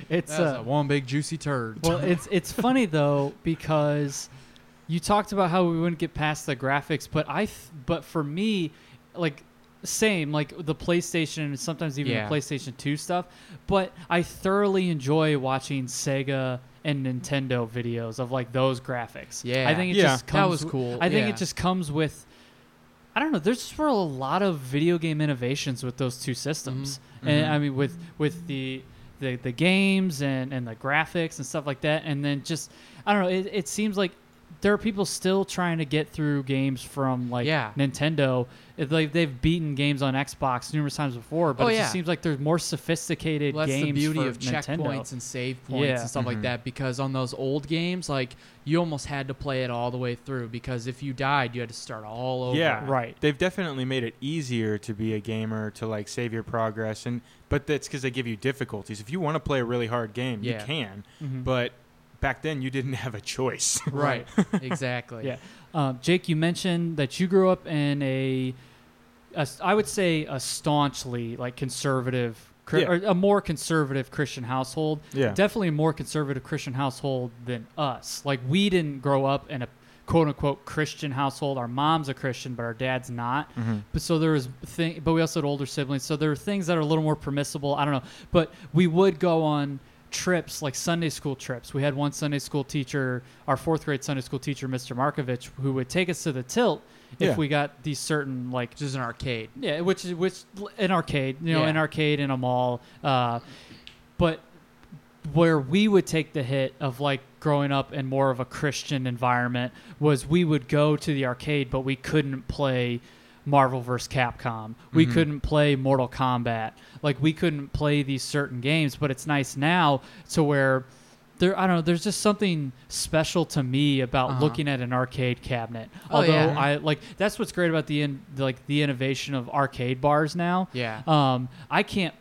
it's That's a uh, one big juicy turd. well, it's it's funny though because you talked about how we wouldn't get past the graphics, but I th- but for me, like same like the PlayStation and sometimes even Yeah. the PlayStation Two stuff. But I thoroughly enjoy watching Sega and Nintendo videos of like those graphics. Yeah. I think it Yeah. just That comes was w- cool, I think yeah. it just comes with. I don't know. There's just for a lot of video game innovations with those two systems, Mm-hmm. and I mean with with the the, the games and, and the graphics and stuff like that, and then just I don't know. It, it seems like there are people still trying to get through games from like Yeah. Nintendo. It- Like they've beaten games on Xbox numerous times before, but Oh, it yeah. just seems like there's more sophisticated Well, that's games the beauty for of Nintendo. checkpoints and save points Yeah. Mm-hmm. and stuff like that because on those old games like you almost had to play it all the way through because if you died you had to start all over yeah, Right. They've definitely made it easier to be a gamer to like save your progress, and but that's because they give you difficulties. If you want to play a really hard game, Yeah. you can. Mm-hmm. But back then, you didn't have a choice. right exactly Yeah. Um, Jake, you mentioned that you grew up in a, a I would say a staunchly like conservative, cri- Yeah. or a more conservative Christian household. Yeah. Definitely a more conservative Christian household than us. Like we didn't grow up in a quote unquote Christian household. Our mom's a Christian, but our dad's not. But so there was thing, but we also had older siblings, so there were things that are a little more permissible. I don't know, but we would go on trips like Sunday school trips. We had one Sunday school teacher, our fourth grade Sunday school teacher, Mr. Markovich, who would take us to the tilt if Yeah. we got these certain like Which is an arcade. yeah, which is which an arcade, you know, Yeah. an arcade in a mall. Uh, but where we would take the hit of like growing up in more of a Christian environment was we would go to the arcade, but we couldn't play Marvel vs. Capcom. We Mm-hmm. couldn't play Mortal Kombat. Like we couldn't play these certain games. But it's nice now to where there I don't know. There's just something special to me about looking at an arcade cabinet. Uh-huh. Oh, Although yeah. I like that's what's great about the in, like the innovation of arcade bars now. Yeah. Um, I can't.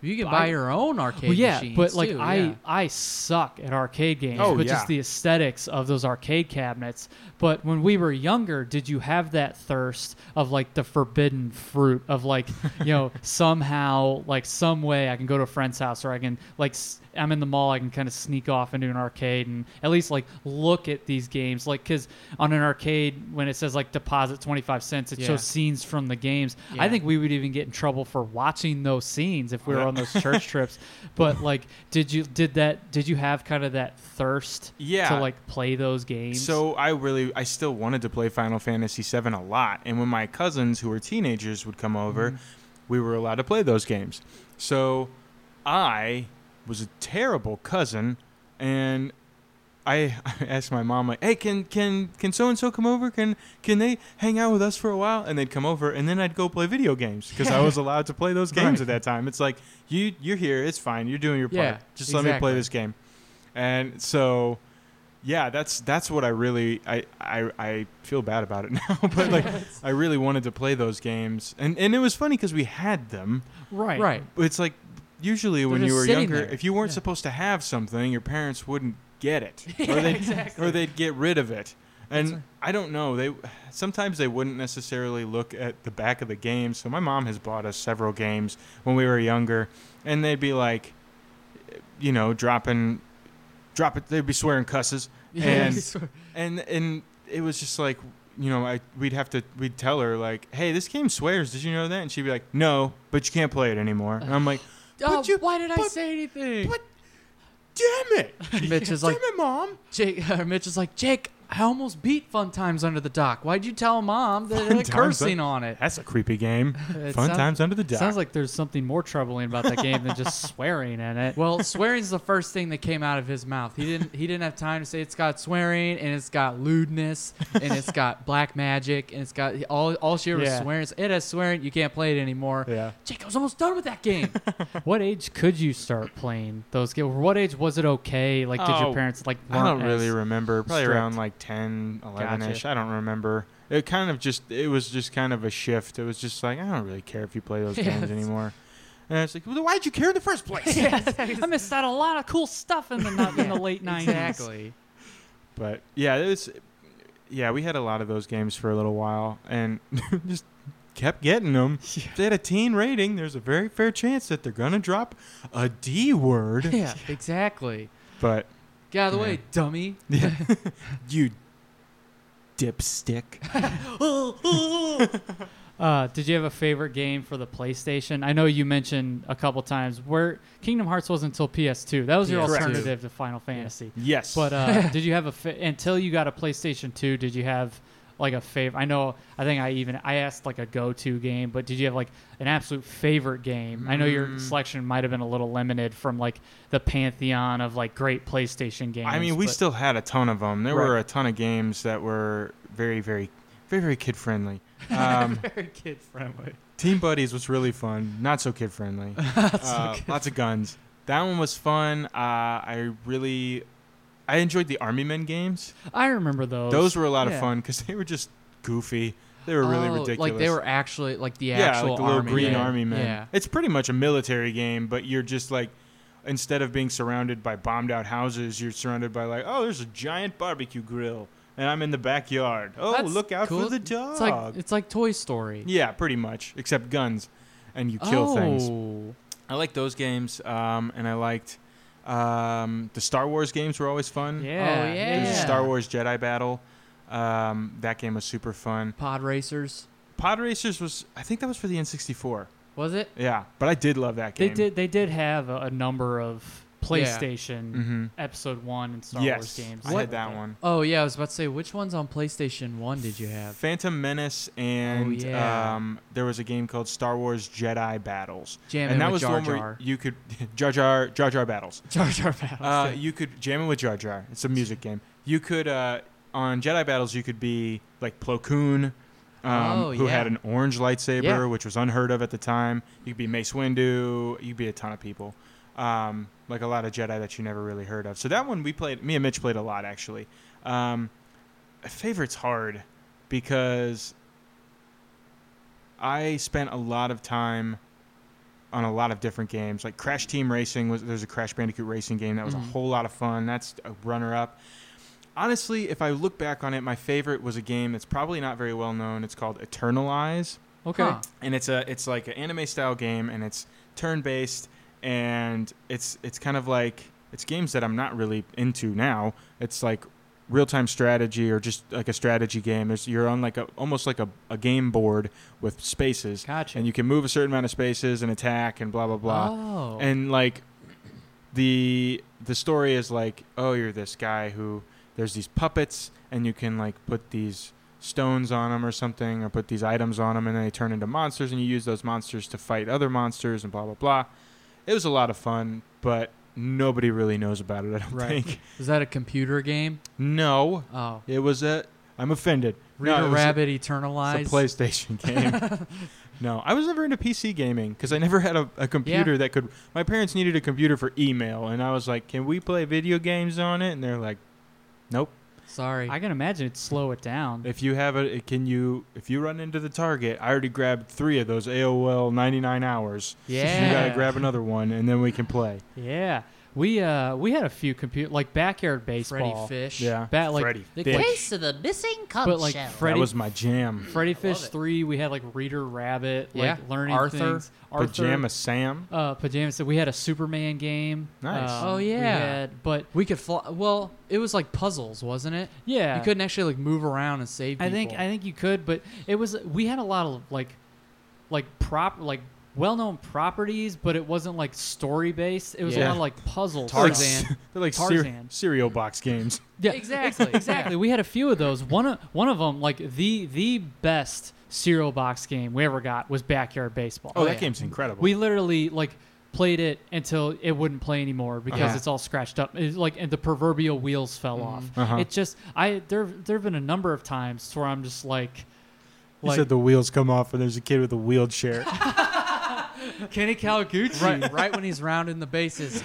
You can I- buy your own arcade well, yeah, machines, but like too, I yeah. I suck at arcade games, Oh, but yeah. just the aesthetics of those arcade cabinets. But when we were younger, did you have that thirst of like the forbidden fruit of like you know somehow like some way I can go to a friend's house or I can like s- I'm in the mall I can kind of sneak off into an arcade and at least like look at these games like because on an arcade when it says like deposit 25 cents it Yeah. shows scenes from the games. Yeah. I think we would even get in trouble for watching those scenes if we were on those church trips. But like, did you did that? Did you have kind of that thirst? Yeah. To like play those games. So I really, I still wanted to play Final Fantasy VII a lot, and when my cousins, who were teenagers, would come over, Mm-hmm. we were allowed to play those games. So I was a terrible cousin, and I, I asked my mom, like, "Hey, can can can so and so come over? Can can they hang out with us for a while?" And they'd come over, and then I'd go play video games because I was allowed to play those games at that time. It's like you you're here, it's fine, you're doing your part. Yeah, Just let me exactly. play this game. And so yeah, that's that's what I really I I, I feel bad about it now, but like I really wanted to play those games, and and it was funny because we had them. right, Right. But it's like usually when just you were sitting younger, there. if you weren't supposed to have something, your parents wouldn't get it, or they'd or they'd get rid of it. And I don't know. They sometimes they wouldn't necessarily look at the back of the game. So my mom has bought us several games when we were younger, and they'd be like, you know, dropping, drop it. They'd be swearing cusses, and and and it was just like you know I we'd have to we'd tell her like hey this game swears did you know that and she'd be like no but you can't play it anymore and I'm like Oh, but you why did I but- say anything? but damn it Mitch is damn like, it mom Jake, uh, Mitch is like, Jake, I almost beat Fun Times Under the Dock. Why'd you tell mom that it Fun had Times cursing on it? that's a creepy game fun It sounds- times under the It dock sounds like there's something more troubling about that game than just swearing in it. Well, swearing's the first thing that came out of his mouth. He didn't he didn't have time to say it's got swearing and it's got lewdness and it's got black magic and it's got all all she was Yeah. swearing. is, It has swearing. You can't play it anymore. yeah Jake, I was almost done with that game. what age could you start playing those games? Or What age was it okay? Like, did Oh, your parents like? I don't weren't really as- remember. Probably strict. around like 10, 11 ish. Gotcha. I don't remember. It kind of just, it was just kind of a shift. It was just like, I don't really care if you play those Yeah, games that's- anymore. And it's like, well, then why'd you care in the first place? I missed out a lot of cool stuff in the not- in the late nineties. exactly. But yeah, it was, yeah, we had a lot of those games for a little while and just kept getting them. If they had a teen rating, there's a very fair chance that they're going to drop a D word. Yeah, exactly. but Get out of the Yeah. way, dummy. you dipstick. Oh, Uh, did you have a favorite game for the PlayStation? I know you mentioned a couple times where Kingdom Hearts wasn't until PS2. That was your PS2. alternative to Final Fantasy. Yes. But uh, did you have a fa- until you got a PlayStation 2? Did you have like a favorite? I know. I think I even I asked like a go-to game, but did you have like an absolute favorite game? I know Mm. your selection might have been a little limited from like the pantheon of like great PlayStation games. I mean, we but- still had a ton of them. There Right. were a ton of games that were very, very, very, very kid friendly. Um, Very kid friendly. Team Buddies was really fun. Not so kid friendly. Uh, lots of guns. That one was fun. Uh, I really, I enjoyed the Army Men games. I remember those. Those were a lot of yeah. fun because they were just goofy. They were really ridiculous. Oh, Like they were actually like the yeah, actual like the little army green men. army men. Yeah. It's pretty much a military game, but you're just like instead of being surrounded by bombed out houses, you're surrounded by like, oh, there's a giant barbecue grill, and I'm in the backyard. Oh, That's look out cool. for the dog. It's like it's like Toy Story. yeah, pretty much, except guns, and you kill oh. things. I like those games, um, and I liked um, the Star Wars games were always fun. Yeah. Oh, yeah. There's a Star Wars Jedi Battle. Um, that game was super fun. Pod racers. Pod Racers was, I think that was for the N64. Was it? Yeah, but I did love that They game. did. They did have a, a number of PlayStation Mhm. Episode One and Star yes, Wars games. I What- had that one. Oh yeah, I was about to say which ones on PlayStation One did you have? Phantom Menace and Oh, yeah. um, there was a game called Star Wars Jedi Battles, Jam it and that with was Jar the one Jar. Oh, where you could Jar Jar Jar Jar Battles. Jar Jar Battles. Uh, you could jam it with Jar Jar. It's a music game. You could uh, on Jedi battles. You could be like Plo Koon, um, Oh, who yeah. had an orange lightsaber, Yeah. which was unheard of at the time. You could be Mace Windu. You could be a ton of people, um, like a lot of Jedi that you never really heard of. So that one we played. Me and Mitch played a lot actually. Um, favorite's hard because I spent a lot of time on a lot of different games. Like Crash Team Racing was there's a Crash Bandicoot racing game that was a whole lot of fun. That's a runner up. Honestly, if I look back on it, my favorite was a game that's probably not very well known. It's called Eternalize Okay. Huh. and it's a it's like an anime style game and it's turn based and it's it's kind of like it's games that I'm not really into now. It's like real time strategy or just like a strategy game. There's, you're on like a almost like a, a game board with spaces. Gotcha. And you can move a certain amount of spaces and attack and blah blah blah oh. and like the the story is like oh you're this guy who there's these puppets and you can like put these stones on them or something or put these items on them and they turn into monsters and you use those monsters to fight other monsters and blah blah blah it was a lot of fun but nobody really knows about it i don't Right. think was that a computer game? no Oh. it was a i'm offended Reader no, it was a- Rabbit Eternalize. it's a PlayStation game. no, I was never into PC gaming because I never had a, a computer that could. My parents needed a computer for email, and I was like, "Can we play video games on it?" And they're like, "Nope. Sorry. I can imagine it'd slow it down. If you have it, can you? If you run into the target, I already grabbed three of those AOL 99 hours. yeah. You gotta Yeah. grab another one, and then we can play." Yeah. We uh we had a few computer like backyard Freddy baseball. Fish. Yeah, Bat, like, Freddy. the Fish. case of the missing cup But like That Freddy was my jam. Freddy Fish it. Three, we had like Reader Rabbit, like Yeah. learning Arthur. things. Arthur. Pajama Sam. Uh, pajamas. So we had a Superman game. Nice. Um, Oh, we yeah. had- but We could fly. Well, it was like puzzles, wasn't it? yeah, You couldn't actually like move around and save. I think people. I think you could, but it was we had a lot of like like prop like well-known properties, but it wasn't like story based. It was a Yeah. lot of like puzzles. Tarzan. They're like cere- Tarzan. cereal box games. Yeah, Exactly, exactly. We had a few of those. One of one of them, like the the best cereal box game we ever got was Backyard Baseball. Oh, that yeah. game's incredible. We literally like played it until it wouldn't play anymore because Uh-huh. it's all scratched up. It's like and the proverbial wheels fell off. Uh-huh. It just I there there've been a number of times where I'm just like. You Like said the wheels come off, and there's a kid with a wheelchair. Kenny Calgucci, right, right when he's rounding the bases.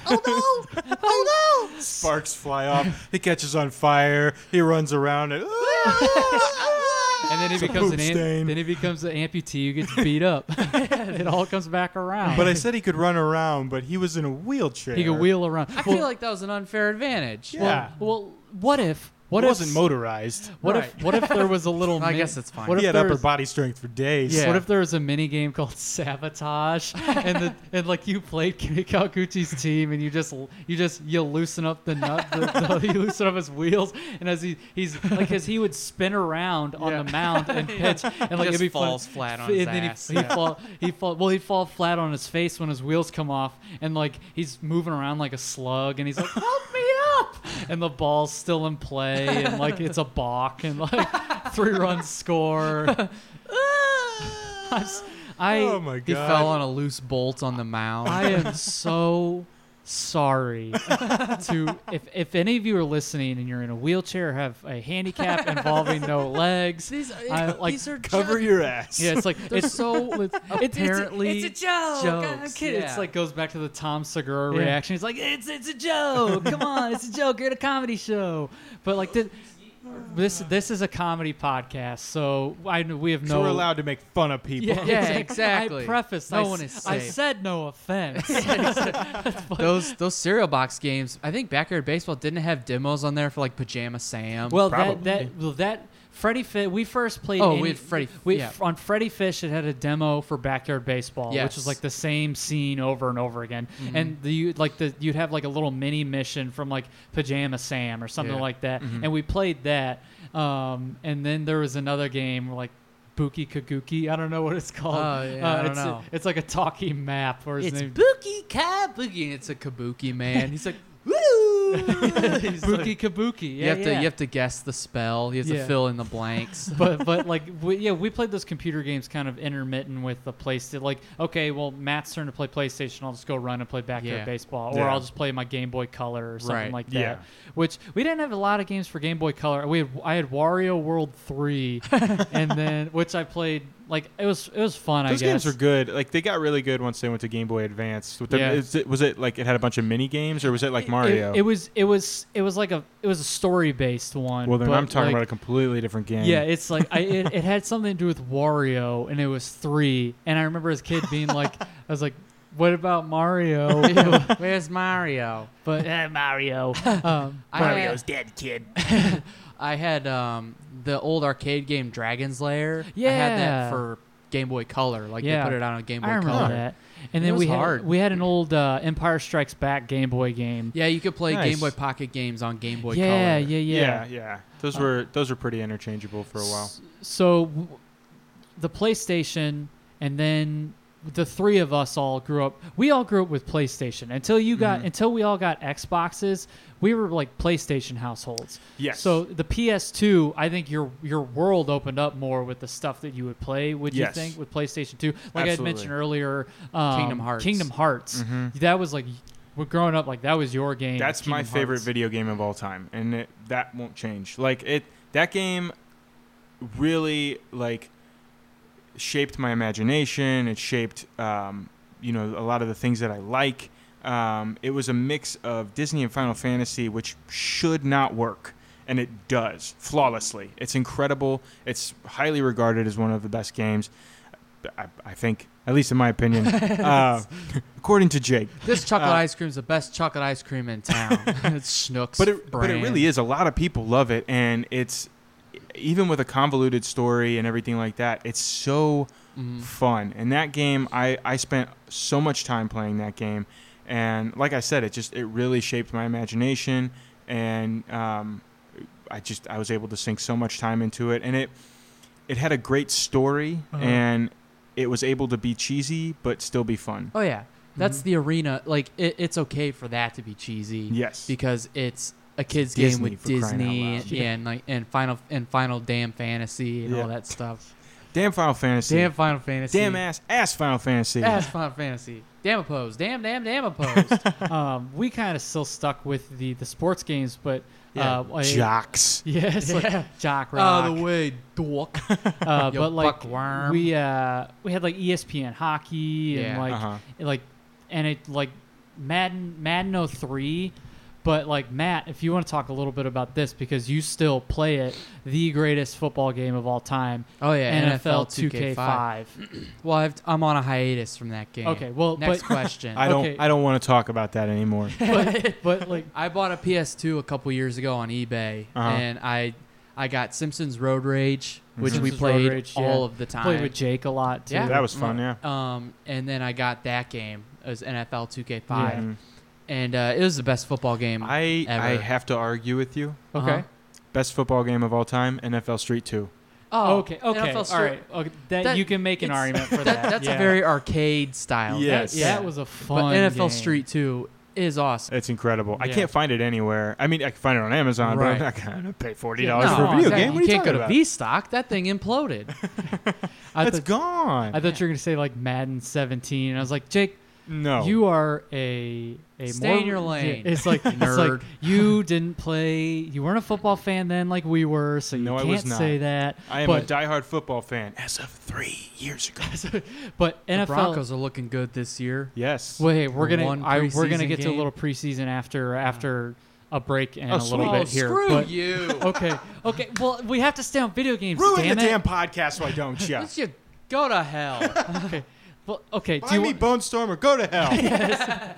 sparks fly off. He catches on fire. He runs around and "Ah!" and then he It's a becomes an poop am- stain. then he becomes an amputee who gets beat up. it all comes back around. But I said he could run around, but he was in a wheelchair. he could wheel around. I feel like that was an unfair advantage. Yeah. well, what if? What it if? wasn't motorized. What Right. if what if there was a little? I mi- guess it's fine. What He if had there upper was, body strength for days. Yeah. What if there was a mini game called sabotage, and the and like you played Kenny Kawiguchi's team, and you just you just you loosen up the nut, the, the, you loosen up his wheels, and as he he's like as he would spin around on the mound and pitch, and Just like it'd be fun- falls flat on and his then ass. He, he fall he fall well he'd fall flat on his face when his wheels come off, and like he's moving around like a slug, and he's like help me up, and the ball's still in play, and like it's a balk, and like three runs score. I'm s- I Oh my god. He fell on a loose bolt on the mound. I am so sorry to if if any of you are listening and you're in a wheelchair or have a handicap involving no legs. These, I, like, these are Cover just- your ass. yeah, it's like it's so it's, it's- apparently it's, a joke. I'm jokes, kidding. yeah. It's like goes back to the Tom Segura Yeah. reaction. He's like, it's it's a joke. Come on, it's a joke. You're at a comedy show, but like this this, this is a comedy podcast, so I we have So no we're allowed to make fun of people. Yeah, Yeah, I exactly. prefaced. No I, one s- is I safe. said no offense. those those cereal box games. I think Backyard Baseball didn't have demos on there for like Pajama Sam. well, Probably. that that well, that Freddy Fish. We first played. Oh, any- we had Freddy- We yeah. on Freddy Fish. It had a demo for backyard baseball, which Yes. Mm-hmm. was like the same scene over and over again. And the you- like the you'd have like a little mini mission from like Pajama Sam or something Yeah. Mm-hmm. like that. And we played that. Um, and then there was another game like. Buki Kaguki, I don't know what it's called. Uh, Oh, yeah, I don't it's, a- know. it's like a talkie map. Or his It's name, Bookie Kabuki, and it's a kabuki man. He's like, woo! He's like- Buki Kabuki. Yeah, you have to yeah. you have to guess the spell. You have Yeah. to fill in the blanks. but but like we, yeah, we played those computer games kind of intermittent with the PlayStation. Like okay, well Matt's turn to play PlayStation. I'll just go run and play backyard Yeah. baseball, or Yeah. I'll just play my Game Boy Color or something Right. like that. Yeah. Which we didn't have a lot of games for Game Boy Color. We had, I had Wario World three, and then which I played like it was it was fun. Those I guess games were good. Like they got really good once they went to Game Boy Advance. With the, Yeah. is it, was it like it had a bunch of mini games, or was it like It- Mario? It, was it was it was like a it was a story based one. well, then but, I'm talking like, about a completely different game. Yeah, it's like I, it, it had something to do with Wario, and it was three. And I remember as a kid being like, I was like, "What about Mario?" Where's Mario? but eh, Mario. Um, Mario's dead, kid. I had um, the old arcade game Dragon's Lair. I had Yeah. that for Game Boy Color. Like Yeah. they put it on a Game Boy I remember Color. that. And It then was we had hard. we had an old uh, Empire Strikes Back Game Boy game. Yeah, you could play Nice. Game Boy Pocket games on Game Boy yeah, Color. yeah, yeah, Uh, yeah, yeah. Those were those were pretty interchangeable for a while. So w- the PlayStation, and then the three of us all grew up. We all grew up with PlayStation until you Mm. got until we all got Xboxes. We were like PlayStation households. Yes. So the PS2, I think your your world opened up more with the stuff that you would play. Would Yes. you think with PlayStation 2? Like I had Absolutely. Mm-hmm. mentioned earlier, um, Kingdom Hearts. Kingdom Hearts. That was like we're growing up. Like that was your game. That's my Kingdom favorite Hearts. video game of all time, and it, that won't change. Like it, that game really like shaped my imagination. It shaped, um, you know, a lot of the things that I like. Um, it was a mix of Disney and Final Fantasy, which should not work, and it does flawlessly. It's incredible. It's highly regarded as one of the best games. I, I think, at least in my opinion, uh, according to Jake. This Uh, chocolate ice cream is the best chocolate ice cream in town. it's Schnucks. but it, brand. but it really is a lot of people love it and it's even with a convoluted story and everything like that it's so Mm-hmm. Mm. fun and that game I, I spent so much time playing that game and like i said it just it really shaped my imagination and um, i just i was able to sink so much time into it and it it had a great story Uh-huh. and it was able to be cheesy but still be fun Oh yeah, that's the arena. Like it, it's okay for that to be cheesy. Yes. because it's a kids game Disney, with for crying out Disney loud. yeah, and like and final and final damn fantasy and Yeah. all that stuff. damn final fantasy Damn Final Fantasy. damn ass ass final fantasy That's Final Fantasy. Damn opposed. Damn damn damn opposed. Um, we kind of still stuck with the the sports games, but Yeah. uh, I- jocks Yes, Yeah. like jock rock. Out of the way, dork. uh, You but like buckworm. we uh we had like ESPN hockey and Yeah. like Uh-huh. and, like and it like Madden Madden 03 but like Matt if you want to talk a little bit about this because you still play it the greatest football game of all time Oh yeah, NFL 2K5 Well, I've, I'm on a hiatus from that game. Okay, well, next but- question. I I, don't. Okay. I don't want to talk about that anymore. but like bought a PS2 a couple years ago on eBay, Uh-huh. Mm-hmm. and I I got Simpsons Road Rage, which we Simpsons Road played Rage, yeah. all of the time. played with Jake a lot too Yeah. That was fun. Yeah. Um, and then I got that game as NFL 2K5, Yeah. Mhm. and uh, it was the best football game I ever. I have to argue with you. okay Uh-huh. Best football game of all time, NFL Street Two. Oh, okay okay NFL all Street- right okay, that, That- you can make an it's- argument for that, That's yeah. a very arcade style. Yeah. that, Yes. that was a fun But NFL game. Street 2 is awesome. It's incredible. I Yeah. can't find it anywhere. I mean, I can find it on Amazon, but I'm Right. not gonna pay forty dollars No, for a video exactly. game. You What are you can't talking go to about? V stock. That thing imploded. I It's thought- gone. I thought you were gonna say like Madden 17. And I was like, Jake, no. you are a a Stay more, in your lane, It's like It's like nerd. you didn't play. You weren't a football fan then, like we were. So you No, I can't was not. say that. I am but, a diehard football fan as of three years ago. but the NFL. Broncos are looking good this year. yes. Well, hey, we're One gonna I, we're gonna preseason get to a game. little preseason after after a break and Oh, a little sweet. bit Oh, here. Screw but, you. Okay, okay. Well, we have to stay on video games. Ruin damn the it. damn podcast, why don't you? Let's just go to hell. Well, okay. Do Buy you me want- Bone Storm or go to hell.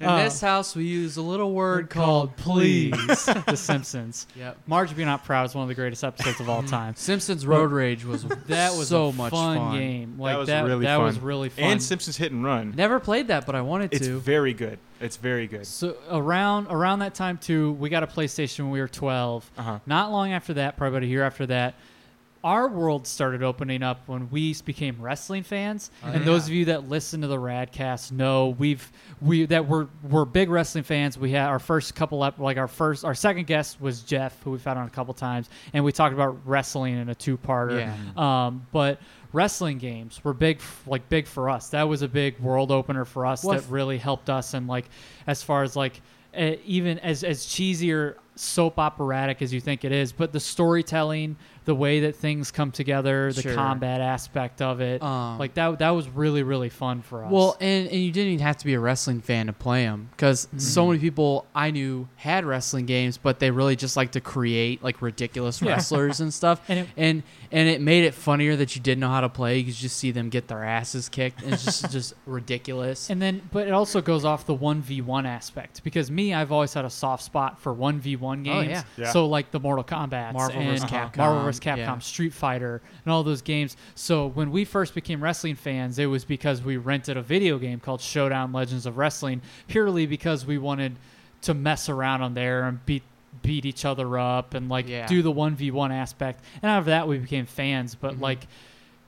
In this house, we use a little word called Uh. called Please The Simpsons. Yep. Marge Be Not Proud is one of the greatest episodes of all time. Simpsons Road Rage Mm. was That was so a much fun, fun. game. Like that that was really that fun. was really fun. And Simpsons Hit and Run. Never played that, but I wanted It's to. very good. It's very good. So around around that time too, we got a PlayStation when we were 12 Uh-huh. Not long after that, probably about a year after that, our world started opening up when we became wrestling fans. Oh, and those of you that listen to the Radcast know we've we that we're we're big wrestling fans. We had our first couple up like our first our second guest was Jeff, who we've had on a couple times, and we talked about wrestling in a two parter. Yeah. Um, but wrestling games were big f- like big for us that was a big world opener for us Well, that really helped us and like as far as like eh, even as as cheesy or soap operatic as you think it is but the storytelling the way that things come together the Sure. combat aspect of it Um, like that that was really really fun for us Well, and, and you didn't even have to be a wrestling fan to play them because so many people I knew had wrestling games, but they really just like to create like ridiculous wrestlers and stuff. And it- and and it made it funnier that you didn't know how to play. You could just see them get their asses kicked. And it's just just ridiculous. And then, but it also goes off the one v one aspect because me, I've always had a soft spot for one v one games. Oh, yeah. Yeah. So like the Mortal Kombat, Marvel and vs. Capcom, Marvel vs. Capcom, yeah. Street Fighter, and all those games. So when we first became wrestling fans, it was because we rented a video game called Showdown Legends of Wrestling purely because we wanted to mess around on there and beat beat each other up and like Yeah. do the one v one aspect. And out of that, we became fans. But Mm-hmm. like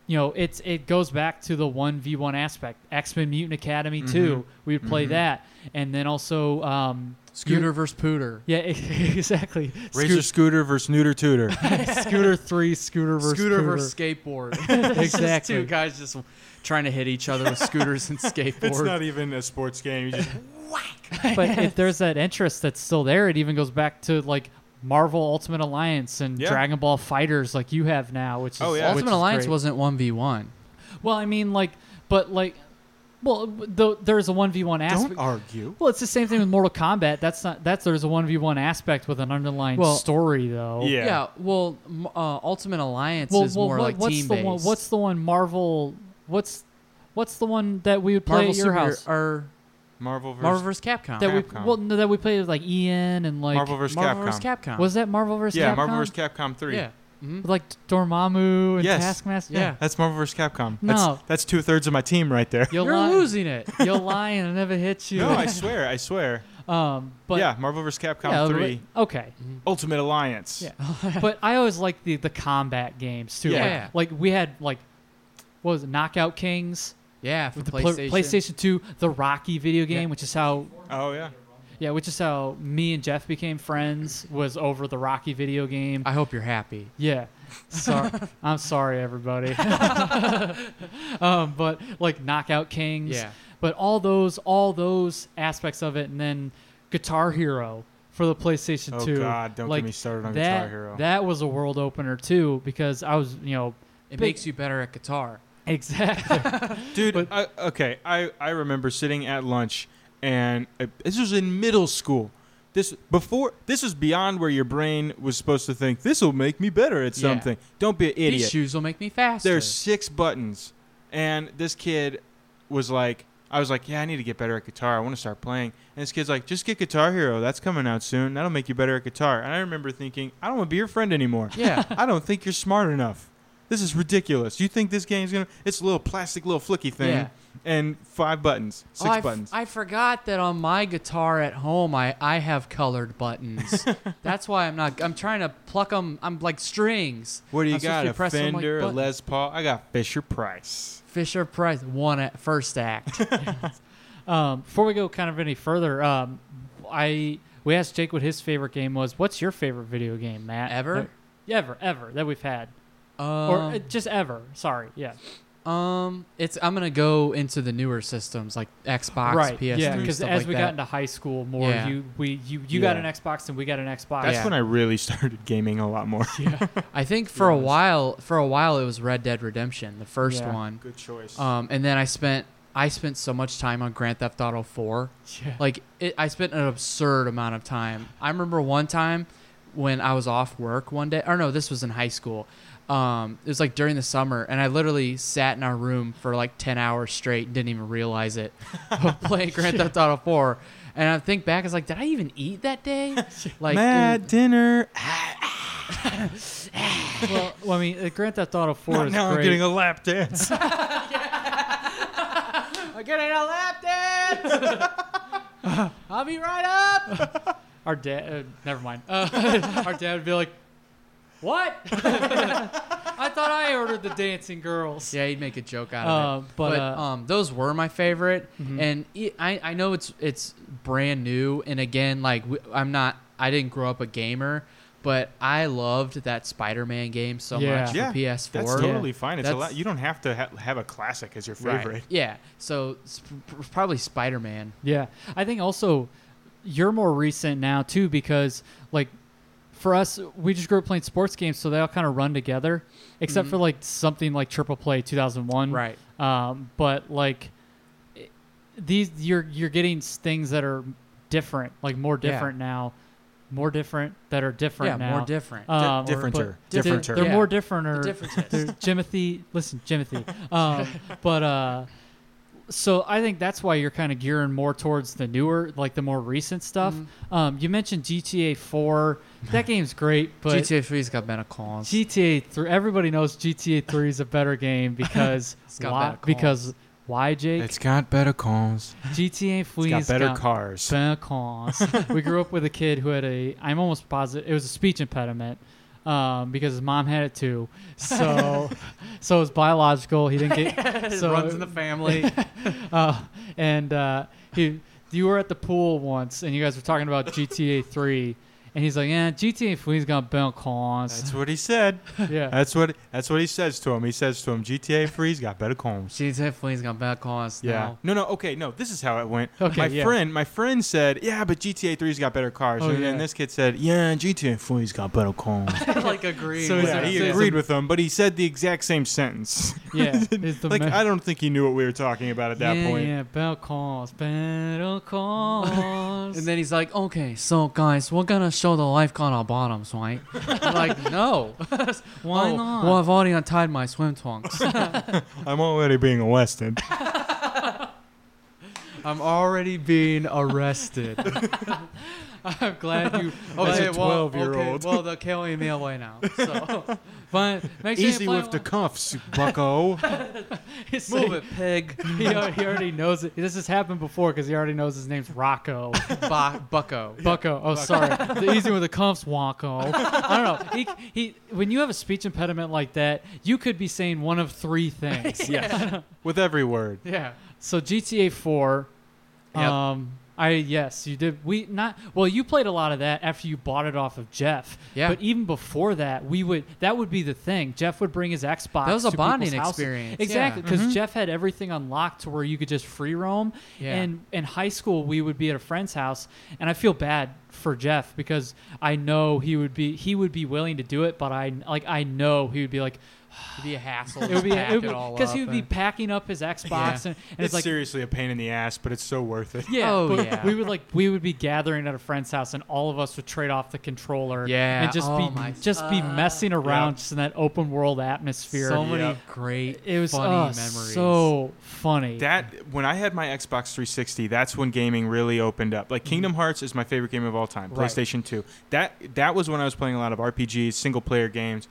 you know, it's it goes back to the one v one aspect. X Men Mutant Academy Mm-hmm. two, we would play that, and then also, um, Scooter versus Pooter. yeah, exactly. Razor Scooter versus Neuter Tutor. Scoot- Scooter three, Scooter versus Scooter Pooter. versus skateboard. exactly. two Exactly. guys just trying to hit each other with scooters and skateboards. it's not even a sports game. You just but if there's that interest that's still there, it even goes back to like Marvel Ultimate Alliance and Yeah. Dragon Ball Fighters, like you have now, which is Oh, yeah. which Ultimate is Alliance great. wasn't one v one. well, I mean, like, but like, well, th- there's a one v one aspect. don't argue. Well, it's the same thing with Mortal Kombat. That's not that's there's a one v one aspect with an underlying Well- story though. Yeah. Yeah. well, m- uh, Ultimate Alliance Well, is well, more what- like what's team the based. one? What's the one Marvel? What's what's the one that we would play Marvel at your Super house? or Marvel versus. Marvel vs. Capcom. that we Capcom. well no, that we played with like Ian and like Marvel vs. Marvel vs. Capcom. Capcom. was that Marvel vs. yeah, Capcom? Marvel vs. Capcom 3. yeah. hmm With, like Dormammu and Yes. Taskmaster. Yeah. That's Marvel vs. Capcom. No. That's, that's two thirds of my team right there. You're, You're lying. losing it. You're lying. I never hit you. No, I swear. I swear. um, but yeah, Marvel vs. Capcom yeah, 3. Okay. Ultimate Alliance. Yeah. but I always like the the combat games too. Yeah. Like, like we had like what was it, Knockout Kings Yeah, for with the pla- PlayStation. PlayStation Two, the Rocky video game, Yeah. which is how Oh, yeah. yeah, which is how me and Jeff became friends was over the Rocky video game. I hope you're happy. yeah. Sorry. I'm sorry everybody. um, but like Knockout Kings. Yeah. But all those all those aspects of it and then Guitar Hero for the PlayStation Oh, 2. God, don't get like, me started on that, Guitar Hero. That was a world opener too because I was, you know, It Big- makes you better at guitar. exactly Dude, I, okay. I, I remember sitting at lunch, and uh, this was in middle school. This before this was beyond where your brain was supposed to think. This will make me better at Yeah. something. Don't be an idiot. These shoes will make me faster. There's six buttons, and this kid was like, I was like, yeah, I need to get better at guitar. I want to start playing. And this kid's like, just get Guitar Hero. That's coming out soon. That'll make you better at guitar. And I remember thinking, I don't want to be your friend anymore. yeah. I don't think you're smart enough. This is ridiculous. You think this game's gonna? It's a little plastic, little flicky thing, Yeah. and five buttons, Oh, six I f- buttons. I forgot that on my guitar at home, I, I have colored buttons. That's why I'm not. I'm trying to pluck them. I'm like strings. what do you I'm supposed got? to A press 'em like Fender, a buttons. Les Paul. I got Fisher Price. Fisher Price one at first act. Um, before we go kind of any further, um, I we asked Jake what his favorite game was. What's your favorite video game, Matt? Ever? That- yeah, ever, ever that we've had, or uh, Um, just ever. Sorry, yeah, um, it's I'm gonna go into the newer systems like Xbox, right, PS3, yeah. Because Because as we got into high school more, Yeah. you we you you got an Yeah. Xbox and we got an Xbox. That's Oh, Yeah. when I really started gaming a lot more. I think for a while, for a while, it was Red Dead Redemption, the first Yeah. one. Good choice. Uh, Um, and then I spent I spent so much time on Grand Theft Auto Four. Yeah. Like it, I spent an absurd amount of time. I remember one time when I was off work one day, or no, this was in high school. Um, it was like during the summer, and I literally sat in our room for like ten hours straight and didn't even realize it, playing Grand Theft Auto Four. And I think back, it's like, did I even eat that day? Like, Mad it- dinner. well, well, I mean, uh, Grand Theft Auto 4 Now, is now I'm great. getting a lap dance. I'm getting a lap dance. I'll be right up. our dad, uh, never mind. Uh, our dad would be like, "What? I thought I ordered the dancing girls." Yeah, he'd make a joke out of Uh, it. but, But, uh, Mm-hmm. um, those were my favorite, and e- I I know it's it's brand new, and again, like w- I'm not I didn't grow up a gamer. But I loved that Spider-Man game so Yeah. much for yeah, PS4. That's totally fine. It's a That's- lot. You don't have to ha- have a classic as your Right. favorite. Yeah. So sp- pr- probably Spider Man. Yeah, I think also you're more recent now too because like for us we just grew up playing sports games so they all kind of run together except for like something like triple play 2001 Mm-hmm. Right. um, but like it- these you're you're getting s- things that are different like more Yeah. different now more different that are different Yeah, now more different. Di- um, or- differenter. but they're- Differenter. They're Yeah. more different. Or The differences. they're- Jimothy, listen, Jimothy. Um, but uh, so I think that's why you're kind of gearing more towards the newer, like the more recent stuff. Mm-hmm. Mm-hmm. Um, you mentioned GTA 4. That game's great, but GTA, GTA 3's got better calls. 3. Everybody knows GTA 3 is a better game because got why? better calls. Because why, Jake? It's got better calls. GTA 3 It's has got better cars. Vacances. we grew up with a kid who had a, I'm almost positive, it was a speech impediment um, because his mom had it too. So, so it was biological. He didn't get, so, runs in the family. uh, and uh, he, you were at the pool once and you guys were talking about GTA 3. And he's like, yeah, GTA 3's got Belcons. That's what he said. Yeah. That's what that's what he says to him. He says to him, GTA Free's got better combs. GTA 3's got better calls. Yeah. Now. No, no, okay, no. This is how it went. Okay, my yeah. friend, my friend said, "Yeah, but GTA 3's got better cars." Oh, and then yeah. this kid said, "Yeah, GTA 3's got better combs." like agreed. So is yeah, it- he so is agreed it- with him, but he said the exact same sentence. Yeah. Is the like me- I don't think he knew what we were talking about at that yeah, point. Yeah, Belcons, Belcons. and then he's like, "Okay, so guys, we're gonna show the lifeguard our bottoms, right?" I'm like, "No, Why Oh, not? Well, I've already untied my swim trunks. I'm already being arrested. I'm already being arrested." I'm glad you. Oh, Okay, Okay, well, well, okay, well, well, they're carrying me away now. So, but make sure Easy with the cuffs, bucko. He's move like- it, pig, he, al- he already knows it. This has happened before because he already knows his name's Rocco. Ba- bucko. Bucco. Oh, sorry. The easy one with the cuffs, Wonko. I don't know. He, he, when you have a speech impediment like that, you could be saying one of three things. with every word. yeah. So GTA 4. Yep. Um, I yes, you did. We not well. You played a lot of that after you bought it off of Jeff. Yeah. But even before that, we would that would be the thing. Jeff would bring his Xbox. That was a to bonding people's houses. experience, Exactly, yeah. Mm-hmm. because Jeff had everything unlocked to where you could just free roam. Yeah. And in high school, we would be at a friend's house, and I feel bad for Jeff because I know he would be he would be willing to do it, but I like I know he would be like It'd be a hassle. it would be because because he would be packing up his Xbox and, and It's, it's like seriously a pain in the ass, but it's so worth it. yeah, Oh, but yeah. we would like we would be gathering at a friend's house, and all of us would trade off the controller, Yeah. and just Oh, be my- just be messing around Yeah. just in that open world atmosphere. so many Yeah. great, it was funny uh, memories. so funny. That when I had my Xbox 360, that's when gaming really opened up. Like Kingdom Hearts is my favorite game of all time. Mm-hmm. Right. PlayStation 2. That that was when I was playing a lot of RPGs, single player games.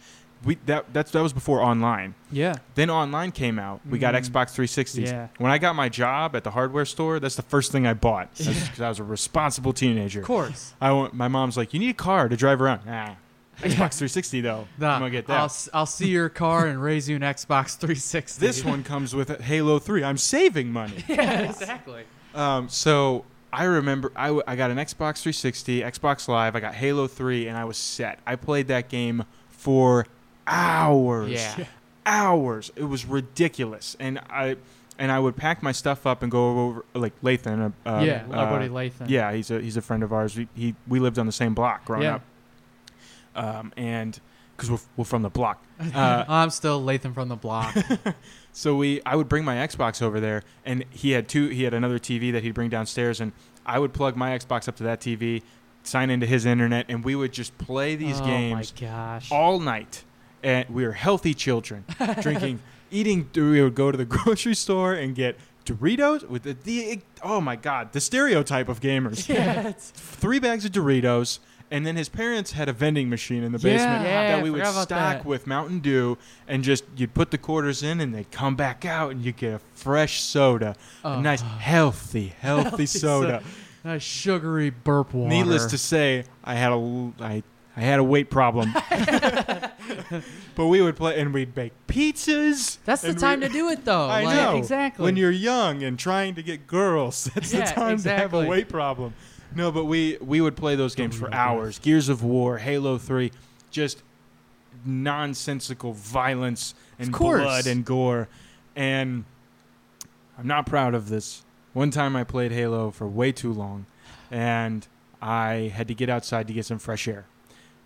We that that's that was before online. yeah, Then online came out. We got Xbox 360s. Mm-hmm. Yeah. When I got my job at the hardware store, that's the first thing I bought because I was a responsible teenager. of course. I want, my mom's like, you need a car to drive around. Nah. Xbox 360 though. I'm gonna get that. I'll, s- I'll see your car and raise you an Xbox 360. this one comes with Halo 3. I'm saving money. exactly. Um, so I remember I, w- I got an Xbox 360, Xbox Live. I got Halo 3, and I was set. I played that game for hours. Yeah. Yeah. Hours. It was ridiculous. And I and I would pack my stuff up and go over like Lathan. Uh, uh, yeah, uh, our buddy Lathan. Yeah, he's a he's a friend of ours. We he, we lived on the same block growing Yeah. up. Um, and because we're, f- we're from the block. Uh, I'm still Latham from the block. so we, I would bring my Xbox over there, and he had two. He had another TV that he'd bring downstairs, and I would plug my Xbox up to that TV, sign into his internet, and we would just play these oh games my gosh. all night. And we were healthy children, drinking, eating. We would go to the grocery store and get Doritos with the, the oh my god the stereotype of gamers Yes. three bags of Doritos, and then his parents had a vending machine in the Yeah, basement yeah, I that we would forgot about stock that. with Mountain Dew, and just you'd put the quarters in, and they'd come back out, and you get a fresh soda, a nice Oh. healthy, healthy, soda. That sugary burp water. Needless to say, I had a l- I I had a weight problem. but we would play, and we'd bake pizzas. That's the and we- time to do it, though. I Oh, like, know. Exactly. When you're young and trying to get girls, that's Yeah, the time to have exactly. a weight problem. No, but we we would play those games for hours. Gears of War, Halo 3, just nonsensical violence and course. blood and gore. And I'm not proud of this. One time I played Halo for way too long and I had to get outside to get some fresh air.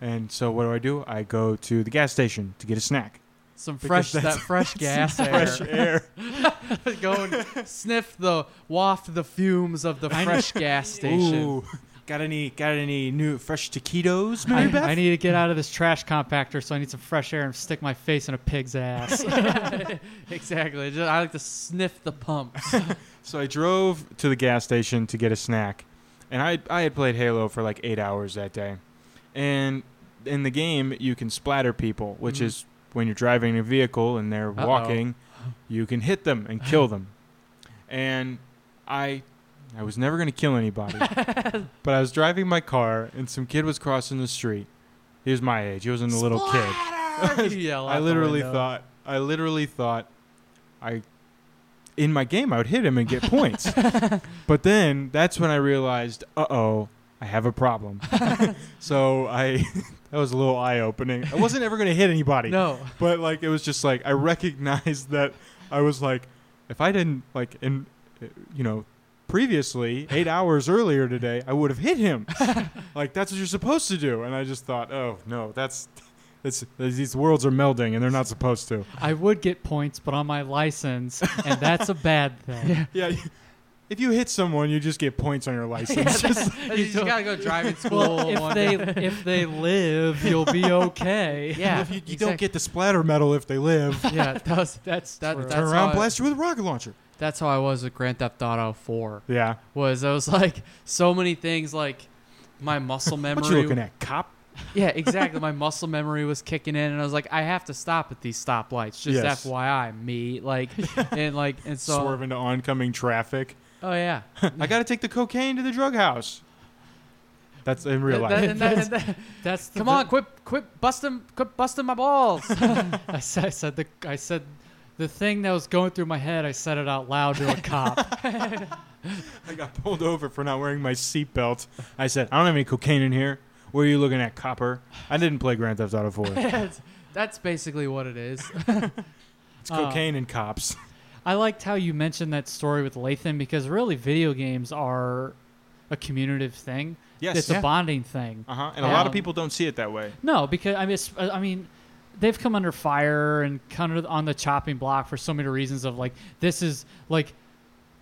And so what do I do? I go to the gas station to get a snack. some fresh because that that's- fresh gas air. Fresh air. Go and sniff the waft the fumes of the fresh gas station. Ooh. Got any got any new fresh taquitos, Mary Beth? I, I need to get out of this trash compactor, so I need some fresh air and stick my face in a pig's ass. Exactly. Just- I like to sniff the pumps. so I drove to the gas station to get a snack, and I I had played Halo for like eight hours that day, and in the game you can splatter people, which is when you're driving a vehicle and they're Uh-oh. walking, you can hit them and kill them, and I. I was never going to kill anybody. but I was driving my car and some kid was crossing the street. He was my age. He wasn't a little kid. Yell I out the literally window. thought I literally thought I in my game I would hit him and get points. but then that's when I realized, uh-oh, I have a problem. so I that was a little eye opening. I wasn't ever going to hit anybody. No. But like it was just like I recognized that I was like if I didn't like in you know previously 8 hours earlier today I would have hit him. like that's what you're supposed to do and I just thought, "Oh, no, that's it's, these worlds are melding and they're not supposed to. I would get points, but on my license, and that's a bad thing. Yeah. you- If you hit someone, you just get points on your license. You just gotta go driving school. Well, if one they day. if they live, you'll be okay. yeah, if you, you don't get the splatter medal if they live, yeah, that was, that's That- true. that's- turn around, how I- blast you with a rocket launcher. that's how I was with Grand Theft Auto 4. Yeah. Was I was like so many things like my muscle memory. What you looking at, cop? Yeah, exactly. My muscle memory was kicking in, and I was like, I have to stop at these stoplights. Just Yes. FYI, me. Like, and like, and so. Swerve into oncoming traffic. Oh yeah. I got to take the cocaine to the drug house. That's in real That- life. that- and that- and that- that's the, come on, quit, quit busting, quit busting my balls. I said, I said the I said the thing that was going through my head. I said it out loud to a cop. I got pulled over for not wearing my seatbelt. I said, I don't have any cocaine in here. Where are you looking at, copper? I didn't play Grand Theft Auto 4. It's That's basically what it is. cocaine and cops. I liked how you mentioned that story with Lathan because really, video games are a communicative thing. Yes. it's a bonding thing. Uh huh. And a lot Um, of people don't see it that way. No, because I mean, it's- I mean, they've come under fire and kind of on the chopping block for so many reasons. Of like, this is like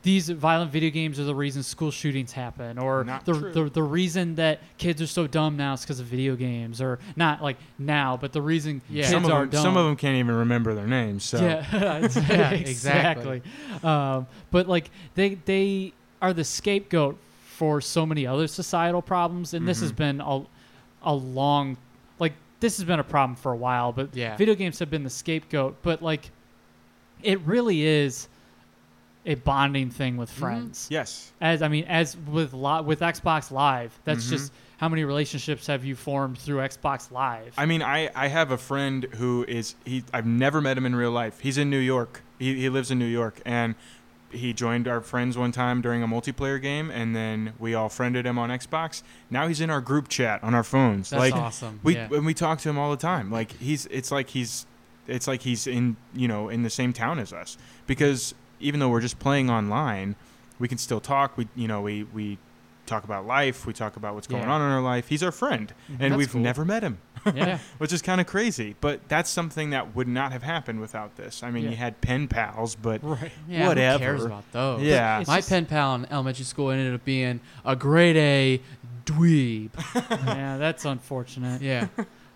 these violent video games are the reason school shootings happen, or Not the, true. the the reason that kids are so dumb now is because of video games, or not like now, but the reason kids some of, are them, dumb. some of them can't even remember their names. So Yeah, Yeah, exactly. exactly. Um, but like they they are the scapegoat for so many other societal problems, and this has been a a long like this has been a problem for a while. But Yeah. video games have been the scapegoat. But like, it really is a bonding thing with friends. yes, As I mean, as with li- with Xbox Live, that's just how many relationships have you formed through Xbox Live? I mean, I, I have a friend who is he. I've never met him in real life. He's in New York. He he lives in New York, and he joined our friends one time during a multiplayer game, and then we all friended him on Xbox. Now he's in our group chat on our phones. That's like awesome. we yeah. and we talk to him all the time. Like he's it's like he's it's like he's in you know in the same town as us because even though we're just playing online, we can still talk. We you know we we talk about life. We talk about what's going Yeah. on in our life. He's our friend, Mm-hmm. and That's we've cool. never met him yeah. which is kind of crazy. But that's something that would not have happened without this. I mean, Yeah. you had pen pals, but Right. Yeah, whatever. Who cares about those? Yeah. It's My just- pen pal in elementary school ended up being a grade A dweeb. yeah, that's unfortunate. Yeah.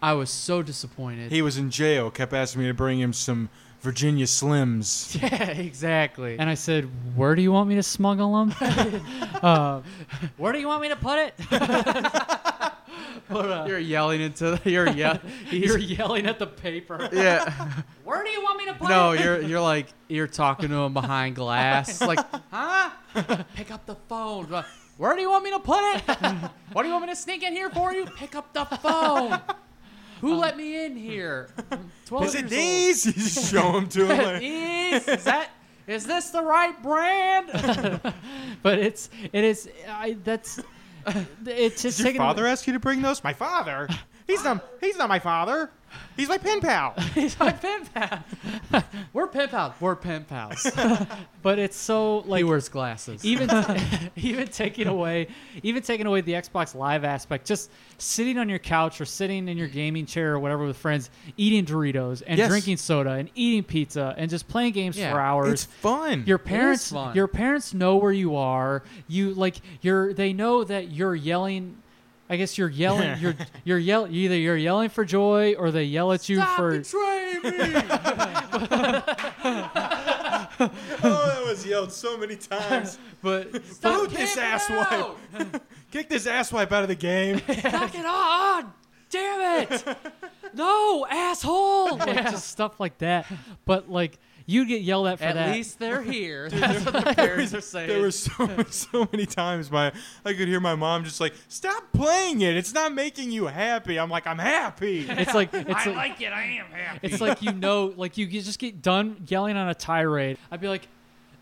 I was so disappointed. he was in jail. Kept asking me to bring him some Virginia Slims. Yeah, exactly. And I said, "Where do you want me to smuggle them? uh, Where do you want me to put it? you're yelling into the, you're yeah uh, you're yelling at the paper. yeah. Where do you want me to put No, it? you're you're like you're talking to him behind glass, like, huh? Pick up the phone. uh, Where do you want me to put it? What do you want me to sneak in here for you? Pick up the phone. Who let me in here? I'm Twelve Is years old. it these? You just show them to him. Like, Is, is that is this the right brand? But it's it is I, that's it's just Did your taking father ask you to bring those? My father? He's not. He's not my father. He's my pen pal. He's my pen pal. We're pen pals. We're pen pals. But it's so like he wears glasses. even even taking away even taking away the Xbox Live aspect, just sitting on your couch or sitting in your gaming chair or whatever with friends, eating Doritos and Yes. drinking soda and eating pizza and just playing games Yeah. for hours. It's fun. your parents fun. your parents know where you are. You like you're they know that you're yelling I guess you're yelling you're you're yell either you're yelling for joy or they yell at you Stop for betraying me. oh, that was yelled so many times. but Stop Boot this camping asswipe. out. Kick this asswipe out of the game. Knock it on! Damn it! No, asshole! like just stuff like that. But like you get yelled at for At that. least they're here. That's what the parents are saying. There were so so many times my I could hear my mom just like, "Stop playing it. It's not making you happy." I'm like, "I'm happy." it's like it's like, it. I am happy. It's like you know, like you you just get done yelling on a tirade. I'd be like,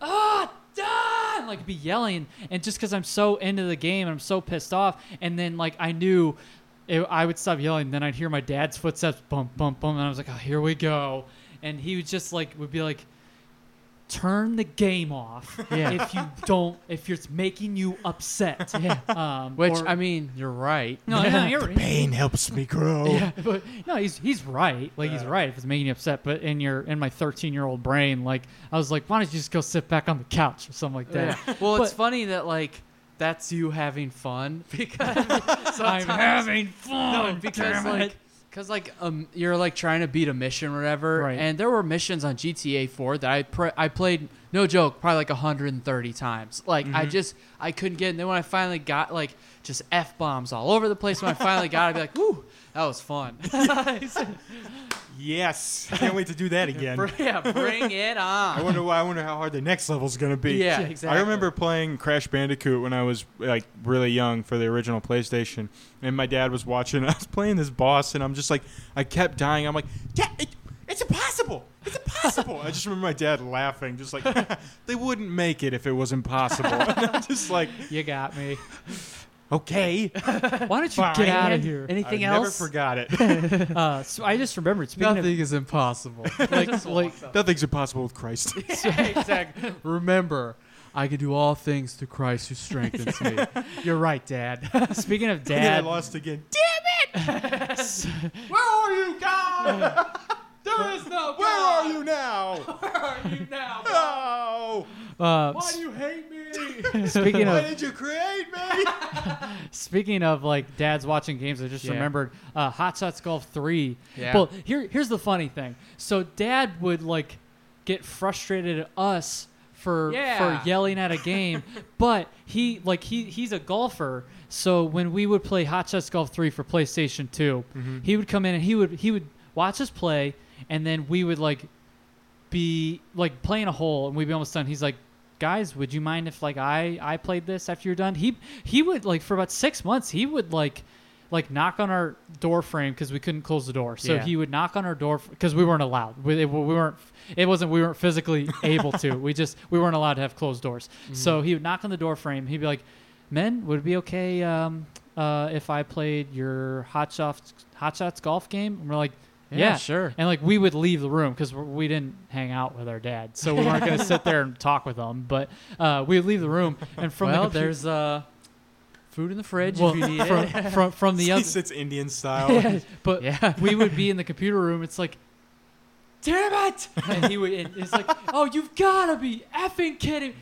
ah, done! Like be yelling, and just because I'm so into the game and I'm so pissed off, and then like I knew. It, I would stop yelling, then I'd hear my dad's footsteps, bump, bump, bump, and I was like, "Oh, here we go!" And he would just like would be like, "Turn the game off Yeah. if you don't, if it's making you upset." Yeah. Um, Which or- I mean, you're right. no, no, you're Pain helps me grow. yeah, but no, he's he's right. Like he's right if it's making you upset. But in your in my 13 year old brain, like I was like, why don't you just go sit back on the couch or something like that? Well, it's But- funny that like that's you having fun because I'm having no, fun because like because like um you're like trying to beat a mission or whatever Right. and there were missions on gta 4 that i pr- i played no joke probably like 130 times like i just i couldn't get in then when i finally got like just f-bombs all over the place when i finally got it i'd be like whew that was fun Yes. I can't wait to do that again. yeah bring it I on wonder why. I wonder how hard the next level's gonna be. yeah I exactly remember playing Crash Bandicoot when I was like really young for the original PlayStation, and my dad was watching. I was playing this boss, and I'm just like, I kept dying. I'm like, Dad, it, it's impossible! It's impossible! I just remember my dad laughing, just like they wouldn't make it if it was impossible. And I'm just like, you got me. okay, Why don't you Fine. get out of here? anything I never else forgot it. Uh, so I just remembered speaking nothing is impossible of like, like Nothing's impossible with Christ. exactly remember i can do all things through christ who strengthens me you're right, Dad. speaking of and then I Dad, lost again. where are you god there is no Where are you now? you now Oh, uh, why do s- you hate me? speaking Why of did you create me? Speaking of like dads watching games, I just Yeah. remembered uh, Hot Shots Golf Three. Yeah. Well, here here's the funny thing. So dad would like get frustrated at us for Yeah. for yelling at a game, but he like he he's a golfer. So when we would play Hot Shots Golf Three for PlayStation 2 Mm-hmm. he would come in and he would he would watch us play, and then we would like be like playing a hole and we'd be almost done. He's like, guys, would you mind if like I I played this after you're done? He he would like for about six months he would like like knock on our door frame because we couldn't close the door. So Yeah. he would knock on our door because we weren't allowed. We, it- we weren't. It wasn't. We weren't physically able to. We just we weren't allowed to have closed doors. So he would knock on the door frame. He'd be like, "Men, would it be okay um, uh, if I played your hot shots hot shots golf game?" And we're like. Yeah, Yeah, sure. And like we would leave the room because we didn't hang out with our dad, so we weren't going to sit there and talk with them. But uh, we would leave the room, and from well, the compu- there's uh, food in the fridge well, if you need from, it. from from the He other sits Indian style. but Yeah. we would be in the computer room. It's like, damn it! And he would. And it's like, oh, you've got to be effing kidding.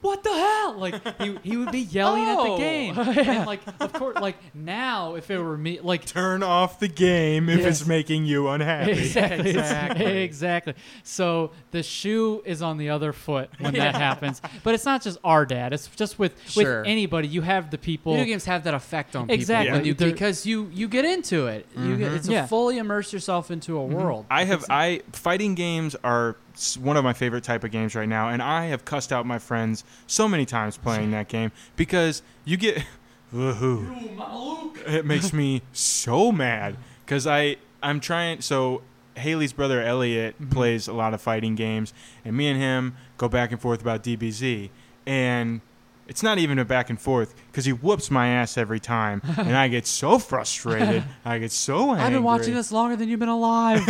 what the hell? Like he, he would be yelling at Oh. the game. And like of course like now if it were me like Turn off the game if Yes. it's making you unhappy. Exactly. Exactly. Exactly. So the shoe is on the other foot when that happens. But it's not just our dad. It's just with Sure. with anybody. You have the people. Video games have that effect on people Exactly. when you- They're- Mm-hmm. because you you get into it. You get, it's Yeah. Mm-hmm. a fully immerse yourself into a world. I have I fighting games are s- one of my favorite type of games right now, and I have cussed out my friends so many times playing that game because you get woohoo. It makes me so mad because I I'm trying so. Haley's brother Elliot Mm-hmm. plays a lot of fighting games, and me and him go back and forth about DBZ. And it's not even a back and forth because he whoops my ass every time, and I get so frustrated. I get so angry. I've been watching this longer than you've been alive.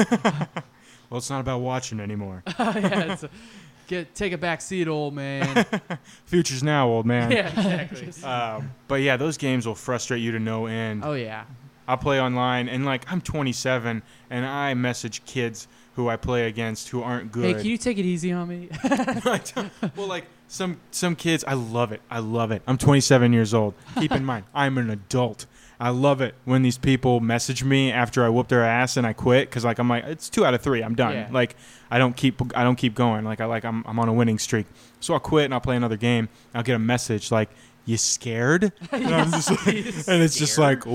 Well, it's not about watching anymore. yeah, it's a- get take a back seat, old man. Future's now, old man. yeah, exactly. Um, but yeah, those games will frustrate you to no end. oh yeah. I'll play online, and like I'm 27, and I message kids who I play against who aren't Hey, good. can you take it easy on me? well, like some some kids, I love it. I love it. I'm 27 years old. Keep in mind, I'm an adult. I love it when these people message me after I whoop their ass and I quit because like I'm like it's two out of three. I'm done. Yeah. Like I don't keep I don't keep going. Like I like I'm I'm on a winning streak. So I'll quit and I'll play another game. I'll get a message like. You scared? And, I'm just like- and it's just like,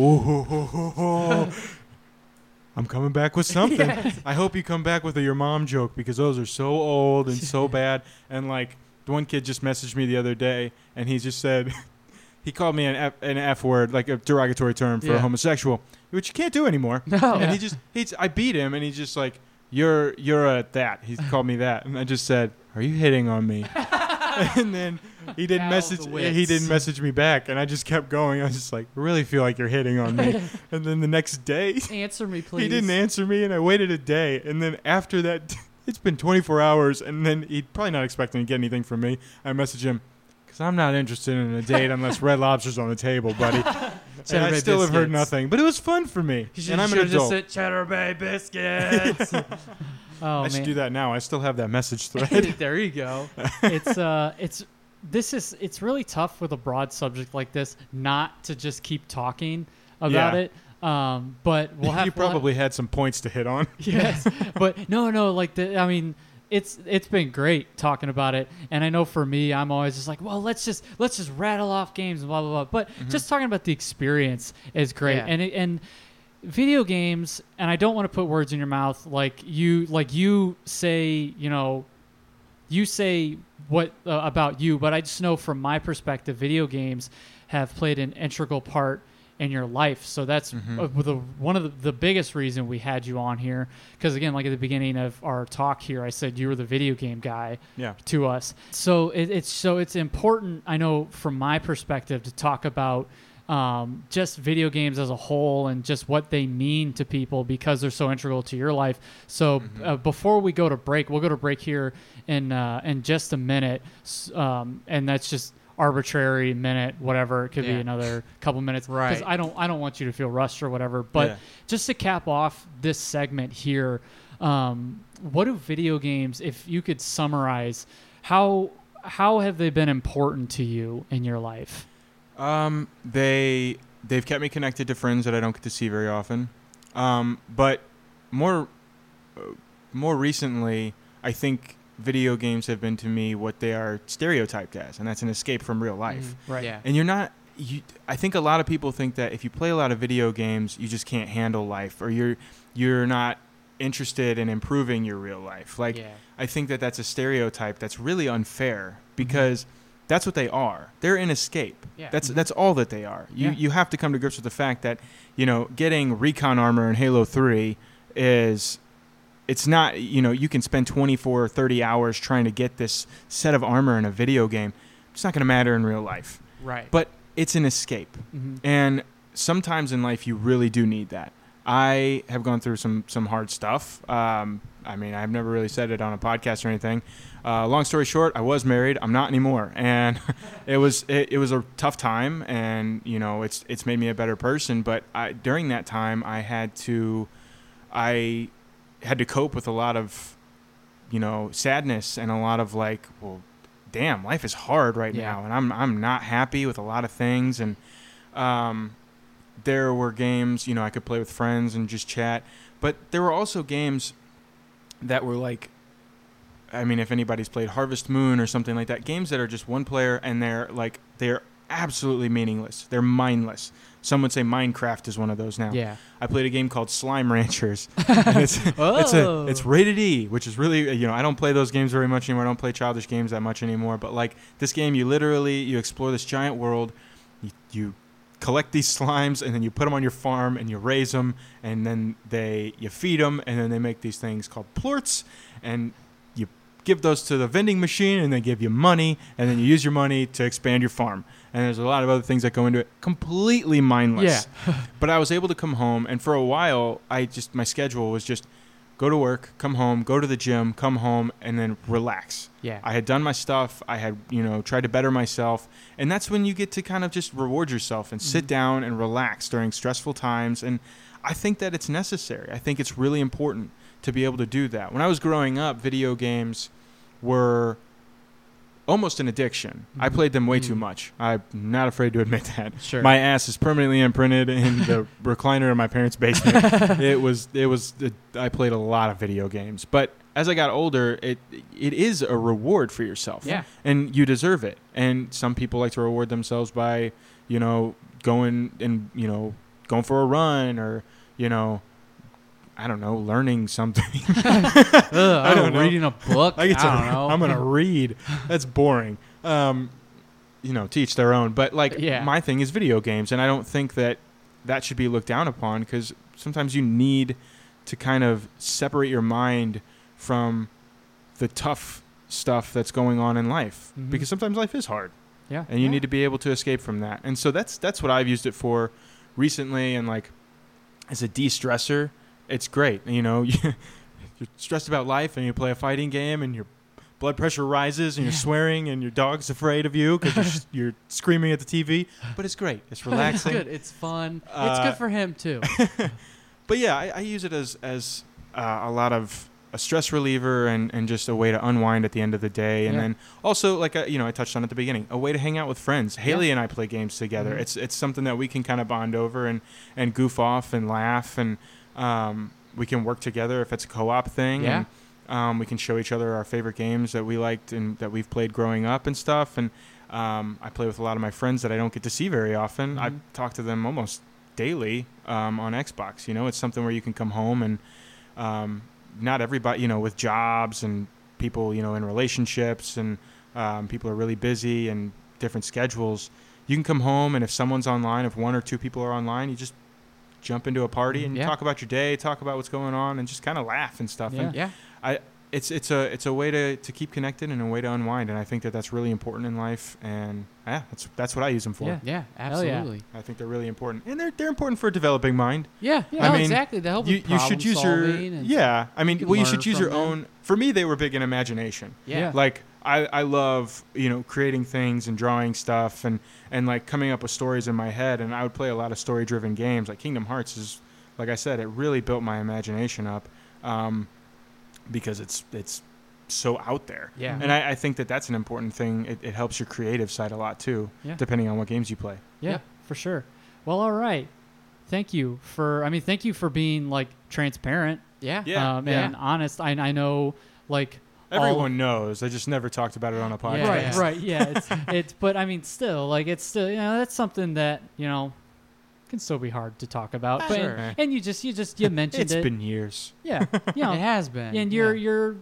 oh, I'm coming back with something. I hope you come back with a your mom joke because those are so old and so bad. And like the one kid just messaged me the other day, and he just said he called me an F, an F word, like a derogatory term for Yeah. a homosexual, which you can't do anymore. No. And he just he's I beat him, and he's just like you're you're a that. He called me that, and I just said, "Are you hitting on me?" and then he didn't Now message the he wits. didn't message me back, and I just kept going. I was just like, "I really feel like you're hitting on me." and then the next day. Answer me, please. He didn't answer me, and I waited a day, and then after that, it's been 24 hours, and then he'd probably not expecting to get anything from me. I message him because I'm not interested in a date unless Red Lobster's on the table, buddy. and I Bay still have heard biscuits. nothing, but it was fun for me, You should- and I'm an should've just adult. said Cheddar Bay biscuits. oh I man. should do that now. I still have that message thread. there you go. it's uh it's this is it's really tough with a broad subject like this not to just keep talking about Yeah. it. Um, but we'll have you we'll have- probably had some points to hit on. yes but no no like the, i mean it's it's been great talking about it and i know for me i'm always just like well let's just let's just rattle off games and blah blah blah but just talking about the experience is great Yeah. and it, and video games and i don't want to put words in your mouth like you like you say you know you say what uh, about you, but I just know from my perspective, video games have played an integral part in your life. So that's uh, the one of the, the biggest reason we had you on here. Because again, like at the beginning of our talk here, I said you were the video game guy Yeah. to us. So it, it's so it's important. I know from my perspective to talk about um, just video games as a whole and just what they mean to people because they're so integral to your life. So Mm-hmm. uh, before we go to break, we'll go to break here in uh, in just a minute, S- um, and that's just arbitrary minute, whatever. It could Yeah. be another couple minutes, 'Cause Right. I don't I don't want you to feel rushed or whatever. But Yeah. just to cap off this segment here, um, what do video games? If you could summarize how how have they been important to you in your life? Um, they they've kept me connected to friends that I don't get to see very often. Um, but more uh, more recently, I think video games have been to me what they are stereotyped as, and that's an escape from real life. Right. Mm-hmm. Yeah. And you're not you I think a lot of people think that if you play a lot of video games, you just can't handle life or you're you're not interested in improving your real life. Like Yeah. I think that that's a stereotype that's really unfair because that's what they are. They're an escape. Mm-hmm. Yeah. That's that's all that they are. You Yeah. you have to come to grips with the fact that, you know, getting recon armor in Halo 3 is it's not you know you can spend 24 or 30 hours trying to get this set of armor in a video game it's not going to matter in real life Right. but it's an escape. And sometimes in life, you really do need that. I have gone through some some hard stuff. Um, I mean, I've never really said it on a podcast or anything. Uh, long story short, I was married. I'm not anymore, and it was it, it was a tough time. And you know, it's it's made me a better person. But I, during that time, I had to I had to cope with a lot of you know sadness and a lot of like, well, damn, life is hard right Yeah. now, and I'm I'm not happy with a lot of things. And um, there were games, you know, I could play with friends and just chat, but there were also games that were like. I mean, if anybody's played Harvest Moon or something like that, games that are just one player and they're like they're absolutely meaningless. They're mindless. Some would say Minecraft is one of those now. Yeah. I played a game called Slime Ranchers. and it's, it's, a, Oh. it's rated E, which is really you know I don't play those games very much anymore. I don't play childish games that much anymore. But like this game, you literally you explore this giant world, you, you collect these slimes, and then you put them on your farm and you raise them, and then they you feed them, and then they make these things called plorts, and you give those to the vending machine, and they give you money, and then you use your money to expand your farm. And there's a lot of other things that go into it. Completely mindless. Yeah. but I was able to come home, and for a while, I just my schedule was just go to work, come home, go to the gym, come home, and then relax. Yeah. I had done my stuff. I had, you know, tried to better myself. And that's when you get to kind of just reward yourself and sit down and relax during stressful times. And I think that it's necessary. I think it's really important to be able to do that. When I was growing up, video games were almost an addiction. I played them way too much. I'm not afraid to admit that. Sure. My ass is permanently imprinted in the recliner in my parents' basement. it was it was it, I played a lot of video games, but as I got older, it it is a reward for yourself. Yeah. And you deserve it. And some people like to reward themselves by, you know, going and, you know, going for a run or, you know, I don't know, learning something. Ugh, I don't know. reading a book. I, I get to, don't know. I'm gonna read. That's boring. Um, you know, teach their own. But like, Yeah. my thing is video games, and I don't think that that should be looked down upon because sometimes you need to kind of separate your mind from the tough stuff that's going on in life because sometimes life is hard Mm-hmm. yeah. and you need to be able to escape from that. And so that's that's what I've used it for recently, and like as a de-stressor, it's great. You know, you're stressed about life, and you play a fighting game, and your blood pressure rises, and you're swearing, and your dog's afraid of you because you're, s- you're screaming at the TV. But it's great. It's It's relaxing. good. It's fun. it's Uh, good for him too. but yeah, I, I use it as as uh, a lot of a stress reliever and, and just a way to unwind at the end of the day, and Yeah. then also like uh you know I touched on at the beginning, a way to hang out with friends. Haley and I play games together. Mm-hmm. It's it's something that we can kind of bond over and and goof off and laugh, and um, we can work together if it's a co-op thing. Yeah. And, um, we can show each other our favorite games that we liked and that we've played growing up and stuff. And um, I play with a lot of my friends that I don't get to see very often. I Mm-hmm. talk to them almost daily um, on Xbox. You know, it's something where you can come home and um, not everybody, you know, with jobs and people, you know, in relationships and um, people are really busy and different schedules. You can come home and if someone's online, if one or two people are online, you just jump into a party and Mm-hmm. Yeah. talk about your day, talk about what's going on, and just kind of laugh and stuff. And yeah. I it's it's a it's a way to, to keep connected and a way to unwind, and I think that that's really important in life. And yeah, that's that's what I use them for. Yeah. Yeah. Hell yeah. Absolutely. I think they're really important, and they're they're important for a developing mind. Yeah. Yeah. I no, mean, exactly. They help You, with you should problem use your solving and- yeah. I mean, can well, you learn should use from your them. own. For me, they were big in imagination. Yeah. Yeah. Like I, I love you know creating things and drawing stuff and and like coming up with stories in my head. And I would play a lot of story driven games. Like Kingdom Hearts is, like I said, it really built my imagination up, um, because it's it's so out there. Yeah. And I, I think that that's an important thing. It, it helps your creative side a lot too, Yeah. depending on what games you play. Yeah, Yep. for sure. Well, all right. Thank you for. I mean, thank you for being like transparent Yeah. Yeah, um, yeah. and honest. I I know like all- Everyone knows. I just never talked about it on a podcast. Yeah. Right, Yeah. right, yeah. It's, it's but I mean, still, like it's still, you know, that's something that you know can still be hard to talk about. But Sure. and, you just you just you mentioned It's it. been years. yeah, you know, It has been. and yeah. you're you're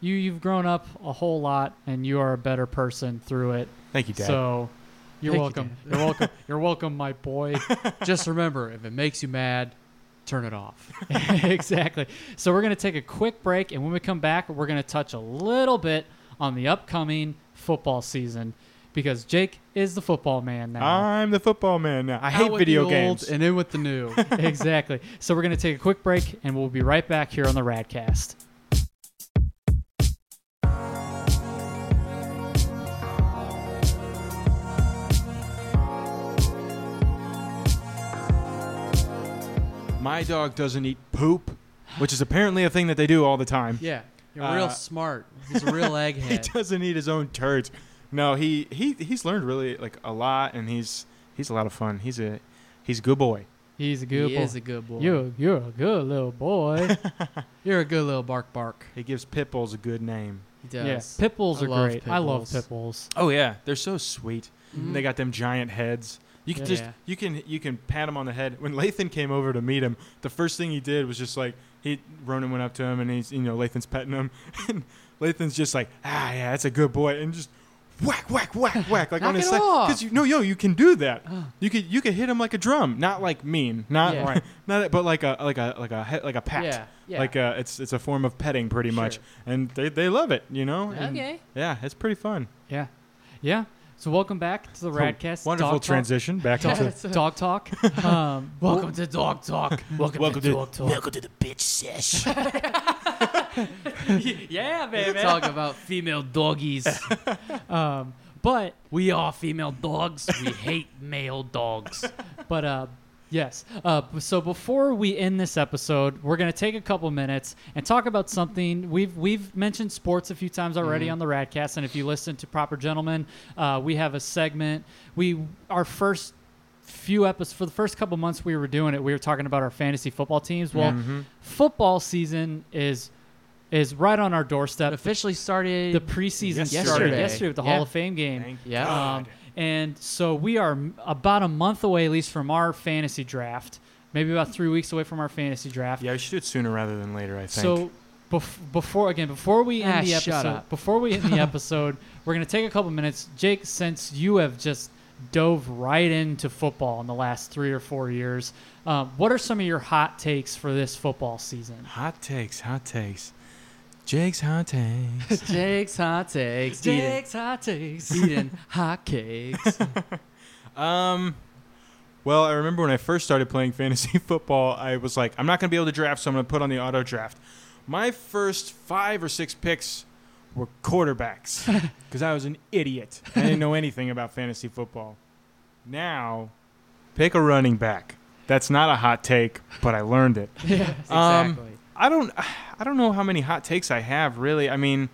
you you've grown up a whole lot, and you are a better person through it. Thank you, Dad. So you're Thank you, welcome. You, are welcome. You're welcome, my boy. just remember if it makes you mad, turn it off. exactly. So we're gonna take a quick break, and when we come back, we're gonna touch a little bit on the upcoming football season because Jake is the football man now. I'm the football man now. I Out hate with the video old games. and in with the new. exactly. So we're going to take a quick break and we'll be right back here on the Radcast. My dog doesn't eat poop, which is apparently a thing that they do all the time. yeah. You're real Uh, smart. He's a real he egghead. doesn't eat his own turds. No, he, he he's learned really like a lot, and he's he's a lot of fun. He's a he's a good boy. He's a good He boy. is a good boy. You're, you're a good little boy. You're a good little bark bark. He gives pit bulls a good name. He yeah. does. Pit bulls I are love great. I love pit pit bulls. Oh yeah, they're so sweet. Mm-hmm. They got them giant heads. You can Yeah. just Yeah. you can you can pat him on the head. When Lathan came over to meet him, the first thing he did was just like he Ronan went up to him and he's you know Lathan's petting him, and Lathan's just like ah yeah that's a good boy and just whack whack whack whack like on Knock his it side off. because you no yo you can do that. You could you could hit him like a drum, not like mean, not Yeah. like not that- but like a like a like a he- like a pat. Yeah, yeah. Like uh, it's it's a form of petting pretty much, Sure. and they, they love it, you know. And Okay. yeah, it's pretty fun. Yeah. Yeah. So welcome back to the So, Radcast. Wonderful Dog Talk- transition back into Dog Talk. Um, Welcome to Dog Talk. Welcome, to, Dog Talk. yeah, baby. Talk about female doggies. Um, But we are female dogs. We hate male dogs. But uh, yes. Uh, b- so before we end this episode, we're gonna take a couple minutes and talk about something we've we've mentioned sports a few times already on the Radcast, and if you listen to Proper Gentlemen, uh, we have a segment. We our first few episodes for the first couple months we were doing it, we were talking about our fantasy football teams. Well, Mm-hmm. football season is is right on our doorstep. Officially started. The preseason Yesterday. started yesterday with the Yeah. Hall of Fame game. yeah. Um, and so we are m- about a month away, at least from our fantasy draft, maybe about three weeks away from our fantasy draft. Yeah, we should do it sooner rather than later, I think. So bef- before again, before we end Ah, the shut episode, up. before we end the episode, we're gonna take a couple minutes. Jake, since you have just dove right into football in the last three or four years, um, what are some of your hot takes for this football season? hot takes, hot takes. Jake's hot takes. Jake's hot takes. Jake's hot takes. eating, eating hot cakes. um well, I remember when I first started playing fantasy football, I was like, I'm not going to be able to draft, so I'm going to put on the auto draft. My first 5 or 6 picks were quarterbacks because I was an idiot. I didn't know anything about fantasy football. Now, pick a running back. That's not a hot take, but I learned it. Um, exactly. I don't I don't know how many hot takes I have really. I mean,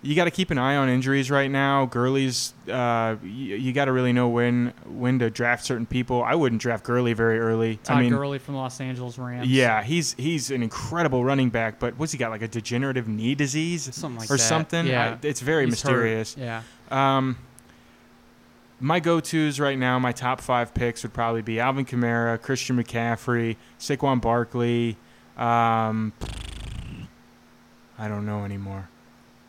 you got to keep an eye on injuries right now. Gurley's uh, you, you got to really know when when to draft certain people. I wouldn't draft Gurley very early. Todd I mean, Gurley from the Los Angeles Rams. yeah, he's he's an incredible running back, but what's he got like a degenerative knee disease Something like or that. something? Yeah. I- it's very He's hurt. mysterious. Yeah. Um, my go-tos right now, my top five picks would probably be Alvin Kamara, Christian McCaffrey, Saquon Barkley. Um, I don't know anymore.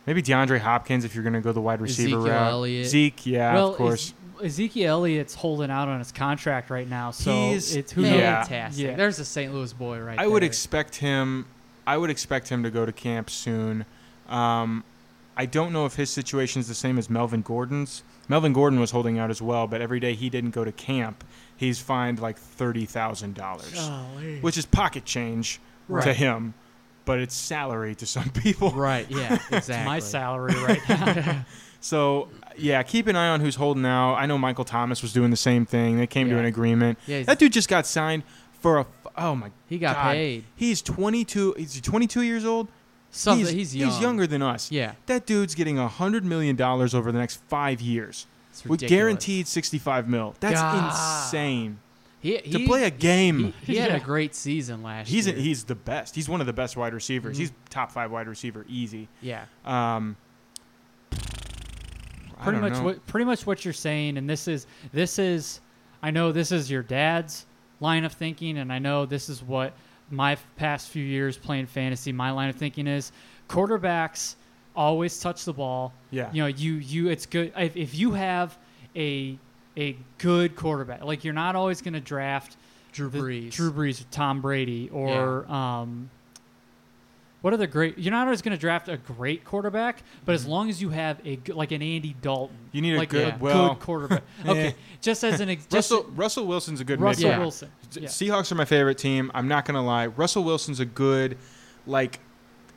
Maybe DeAndre Hopkins if you're going to go the wide receiver Ezekiel route. Elliott. Zeke, yeah, well, of course. Ez- Ezekiel Elliott's holding out on his contract right now, so He's- it's who knows. Yeah. Fantastic. Yeah. There's a St. Louis boy right I there. would expect him. I would expect him to go to camp soon. Um, I don't know if his situation is the same as Melvin Gordon's. Melvin Gordon was holding out as well, but every day he didn't go to camp, he's fined like thirty thousand dollars. which is pocket change to Right. him, but it's salary to some people. Right. Yeah. Exactly. my salary right now. So yeah, keep an eye on who's holding out. I know Michael Thomas was doing the same thing. They came to Yeah. an agreement. Yeah, he's- that dude just got signed for a. f- Oh my. He got God. paid. He's 22. He's 22 years old. Something. He's, young. He's younger than us. Yeah. That dude's getting a hundred million dollars over the next five years. It's We ridiculous. guaranteed 65 mil. That's God. insane. He, To he- play a game. He had Yeah. a great season last He's year. he's the best. He's one of the best wide receivers. Mm-hmm. He's top five wide receiver, easy. yeah. Um, I pretty don't much know. what pretty much what you're saying, and this is this is I know this is your dad's line of thinking, and I know this is what my f- past few years playing fantasy, my line of thinking is quarterbacks always touch the ball. Yeah. You know, you you it's good if, if you have a a good quarterback, like you're not always gonna draft Drew the- Brees. Drew Brees, Tom Brady, or um, what other great? You're not always going to draft a great quarterback, but as long as you have a good- like an Andy Dalton, You need a like Mm-hmm. good- good well, quarterback. Okay, just as an ex- just Russell Russell Wilson's a good Russell midfielder. Wilson. J- Yeah. Seahawks are my favorite team. I'm not gonna lie. Russell Wilson's a good, like,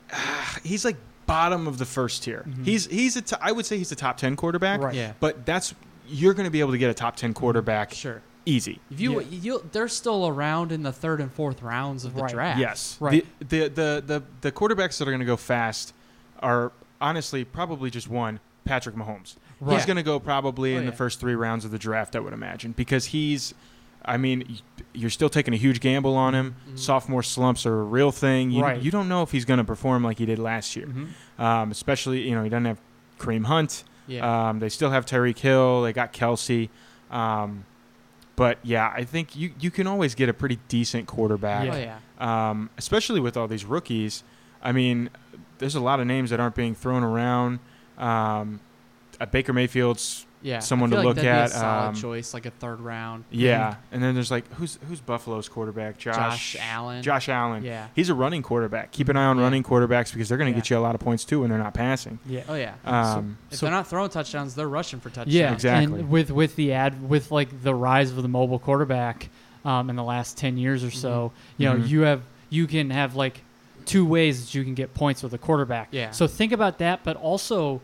he's like bottom of the first tier. Mm-hmm. He's he's a t- I would say he's a top ten quarterback. Right. Yeah. But that's you're gonna be able to get a top ten quarterback Sure. easy. If you, Yeah. you, they're still around in the third and fourth rounds of the Right. draft. Yes. Right. The, the the the the quarterbacks that are going to go fast are honestly probably just one Patrick Mahomes. He's Right. going to go probably Oh, in the yeah. first three rounds of the draft, I would imagine, because he's. I mean, y- you're still taking a huge gamble on him. Mm-hmm. Sophomore slumps are a real thing. You, Mm-hmm. Right. you don't know if he's going to perform like he did last year, um, especially you know he doesn't have Kareem Hunt. Yeah. Um, they still have Tyreek Hill. They got Kelsey. Um, but yeah, I think you you can always get a pretty decent quarterback Oh yeah. um, especially with all these rookies. I mean, there's a lot of names that aren't being thrown around. Um, uh, Baker Mayfield's, Yeah. I Someone to feel like look that'd at, Be a solid um, choice, like a third round. yeah, and then there's like who's who's Buffalo's quarterback? Josh, Josh Allen. Josh Allen. Yeah. he's a running quarterback. Keep an eye on Yeah. running quarterbacks because they're going to get Yeah. you a lot of points too when they're not passing. Yeah. Oh yeah. Um, if so- they're not throwing touchdowns, they're rushing for touchdowns. Yeah, Exactly. And with with the ad with like the rise of the mobile quarterback um, in the last ten years or so, Mm-hmm. you know, Mhm. you have you can have like two ways that you can get points with a quarterback. Yeah. So think about that, but also,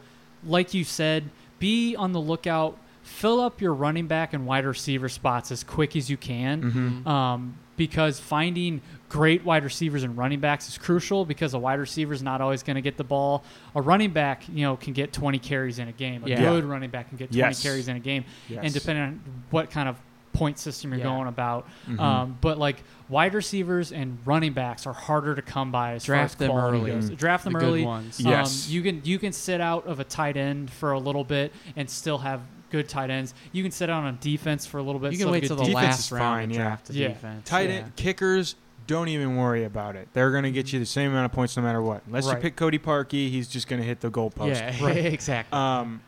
like you said, be on the lookout. Fill up your running back and wide receiver spots as quick as you can. Um, because finding great wide receivers and running backs is crucial because a wide receiver is not always going to get the ball. A running back, you know, can get 20 carries in a game. A Yeah. good running back can get 20 Yes. carries in a game. Yes. And depending on what kind of point system you're Yeah. going about. mm-hmm. Um, but like wide receivers and running backs are harder to come by as Draft far as them quality early. goes. Draft them The good early. ones. Um, Mm-hmm. Yes. you can you can sit out of a tight end for a little bit and still have good tight ends. You can sit out on defense for a little bit. You still can have wait good till the defense last is round fine, to yeah. draft Yeah. a defense. tight yeah. end kickers. Don't even worry about it. They're going to get you the same amount of points no matter what. Unless you Right. pick Cody Parkey, he's just going to hit the goalpost. Yeah, exactly. Um,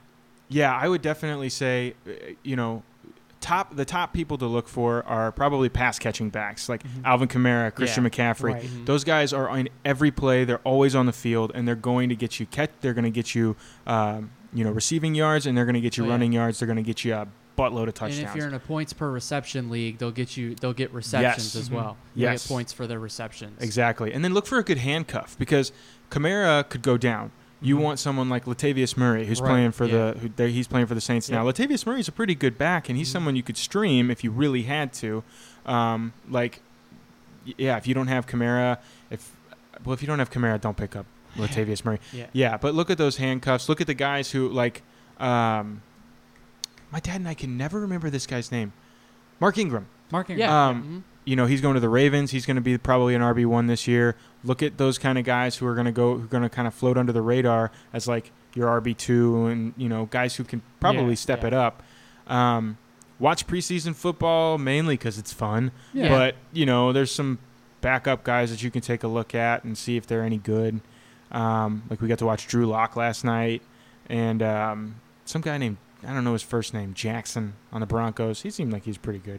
yeah, I would definitely say, uh, you know, top the top people to look for are probably pass catching backs like Alvin Kamara, Christian Mm-hmm. Yeah, McCaffrey. right. Those guys are in every play. They're always on the field, and they're going to get you catch. They're going to get you, um, you know, receiving yards, and they're going to get you Oh, yeah. running yards. They're going to get you a buttload of and touchdowns. if you're in a points per reception league, they'll get you. They'll get receptions as well. They'll Yes. get points for their receptions. Exactly. And then look for a good handcuff because Kamara could go down. You want someone like Latavius Murray, who's Mm-hmm. Right, playing for yeah. the who, they, he's playing for the Saints now. Latavius Murray's a pretty good back, and he's Mm-hmm. someone you could stream if you really had to. Um, like, y- yeah, if you don't have Kamara, if well, if you don't have Kamara, don't pick up Latavius Murray. Yeah. yeah, but look at those handcuffs. Look at the guys who like. Um, my dad and I can never remember this guy's name. Mark Ingram. Mark Ingram. Yeah. Um, Mhm. you know he's going to the Ravens. He's going to be probably an RB one this year. Look at those kind of guys who are going to go, who are going to kind of float under the radar as like your RB two, and you know guys who can probably Yeah, step yeah. it up. Um, watch preseason football mainly because it's fun, Mm-hmm. Yeah. but you know there's some backup guys that you can take a look at and see if they're any good. Um, like we got to watch Drew Lock last night, and um, some guy named I don't know his first name Jackson on the Broncos. He seemed like he's pretty good.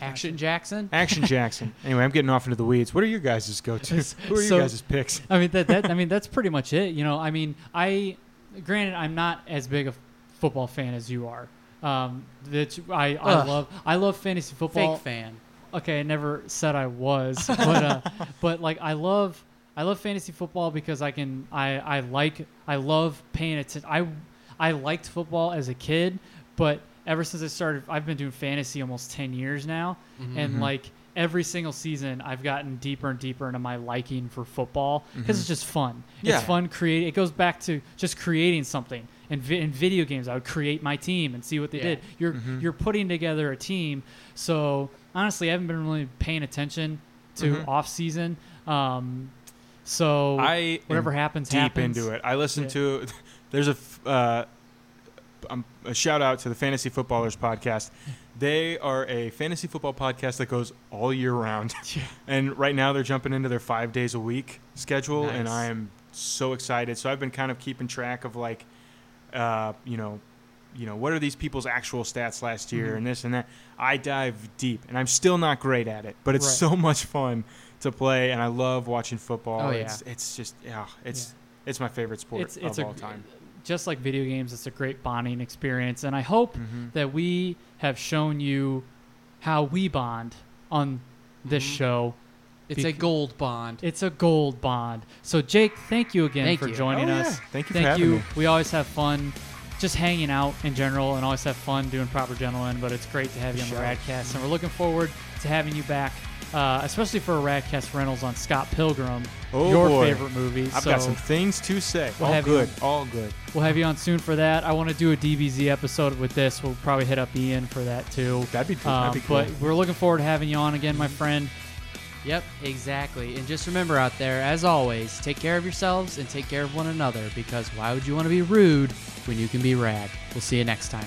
Action Jackson. Action Jackson. anyway, I'm getting off into the weeds. What are your guys' go tos? Who are So- your guys' picks? I mean that, that I mean that's pretty much it. You know, I mean I granted I'm not as big a football fan as you are. Um, that I, I Ugh. love I love fantasy football. Fake fan. Okay, I never said I was, but uh, but like I love I love fantasy football because I can I I like I love paying attention. I I liked football as a kid, but ever since I started, I've been doing fantasy almost ten years now, and like every single season, I've gotten deeper and deeper into my liking for football because it's just fun. Yeah. It's fun create. It goes back to just creating something. In, vi- in video games, I would create my team and see what they Yeah. did. You're you're putting together a team. So honestly, I haven't been really paying attention to off season. Um, so Mm-hmm. I whatever am happens, deep happens. into it. I listen Yeah. to. There's a f- uh, um, a shout out to the Fantasy Footballers podcast. They are a fantasy football podcast that goes all year round, and right now they're jumping into their five days a week schedule, and Nice. I am so excited. So I've been kind of keeping track of like, uh, you know. You know what are these people's actual stats last year and this and that? I dive deep, and I'm still not great at it, but it's Right. so much fun to play, and I love watching football. Oh, yeah. it's, it's just yeah, it's it's my favorite sport It's- it's of a- all time. Just like video games, it's a great bonding experience, and I hope Mm-hmm. that we have shown you how we bond on this Mm-hmm. show. It's a Bec- gold bond. It's a gold bond. So Jake, thank you again Thank for you. joining Oh, us. yeah. Thank you for Thank having you. me. We always have fun just hanging out in general and always have fun doing proper gentlemen. But it's great to have you on the Radcast, and we're looking forward to having you back, uh, especially for Radcast Rentals on Scott Pilgrim, Oh, your boy. favorite movie. I've so got some things to say. We'll all have you good. All good. we'll have you on soon for that. I want to do a DBZ episode with this. We'll probably hit up Ian for that too. That'd be, Um, that'd be cool. But we're looking forward to having you on again, my friend. Yep, exactly. And just remember out there, as always, take care of yourselves and take care of one another because why would you want to be rude when you can be rad? We'll see you next time.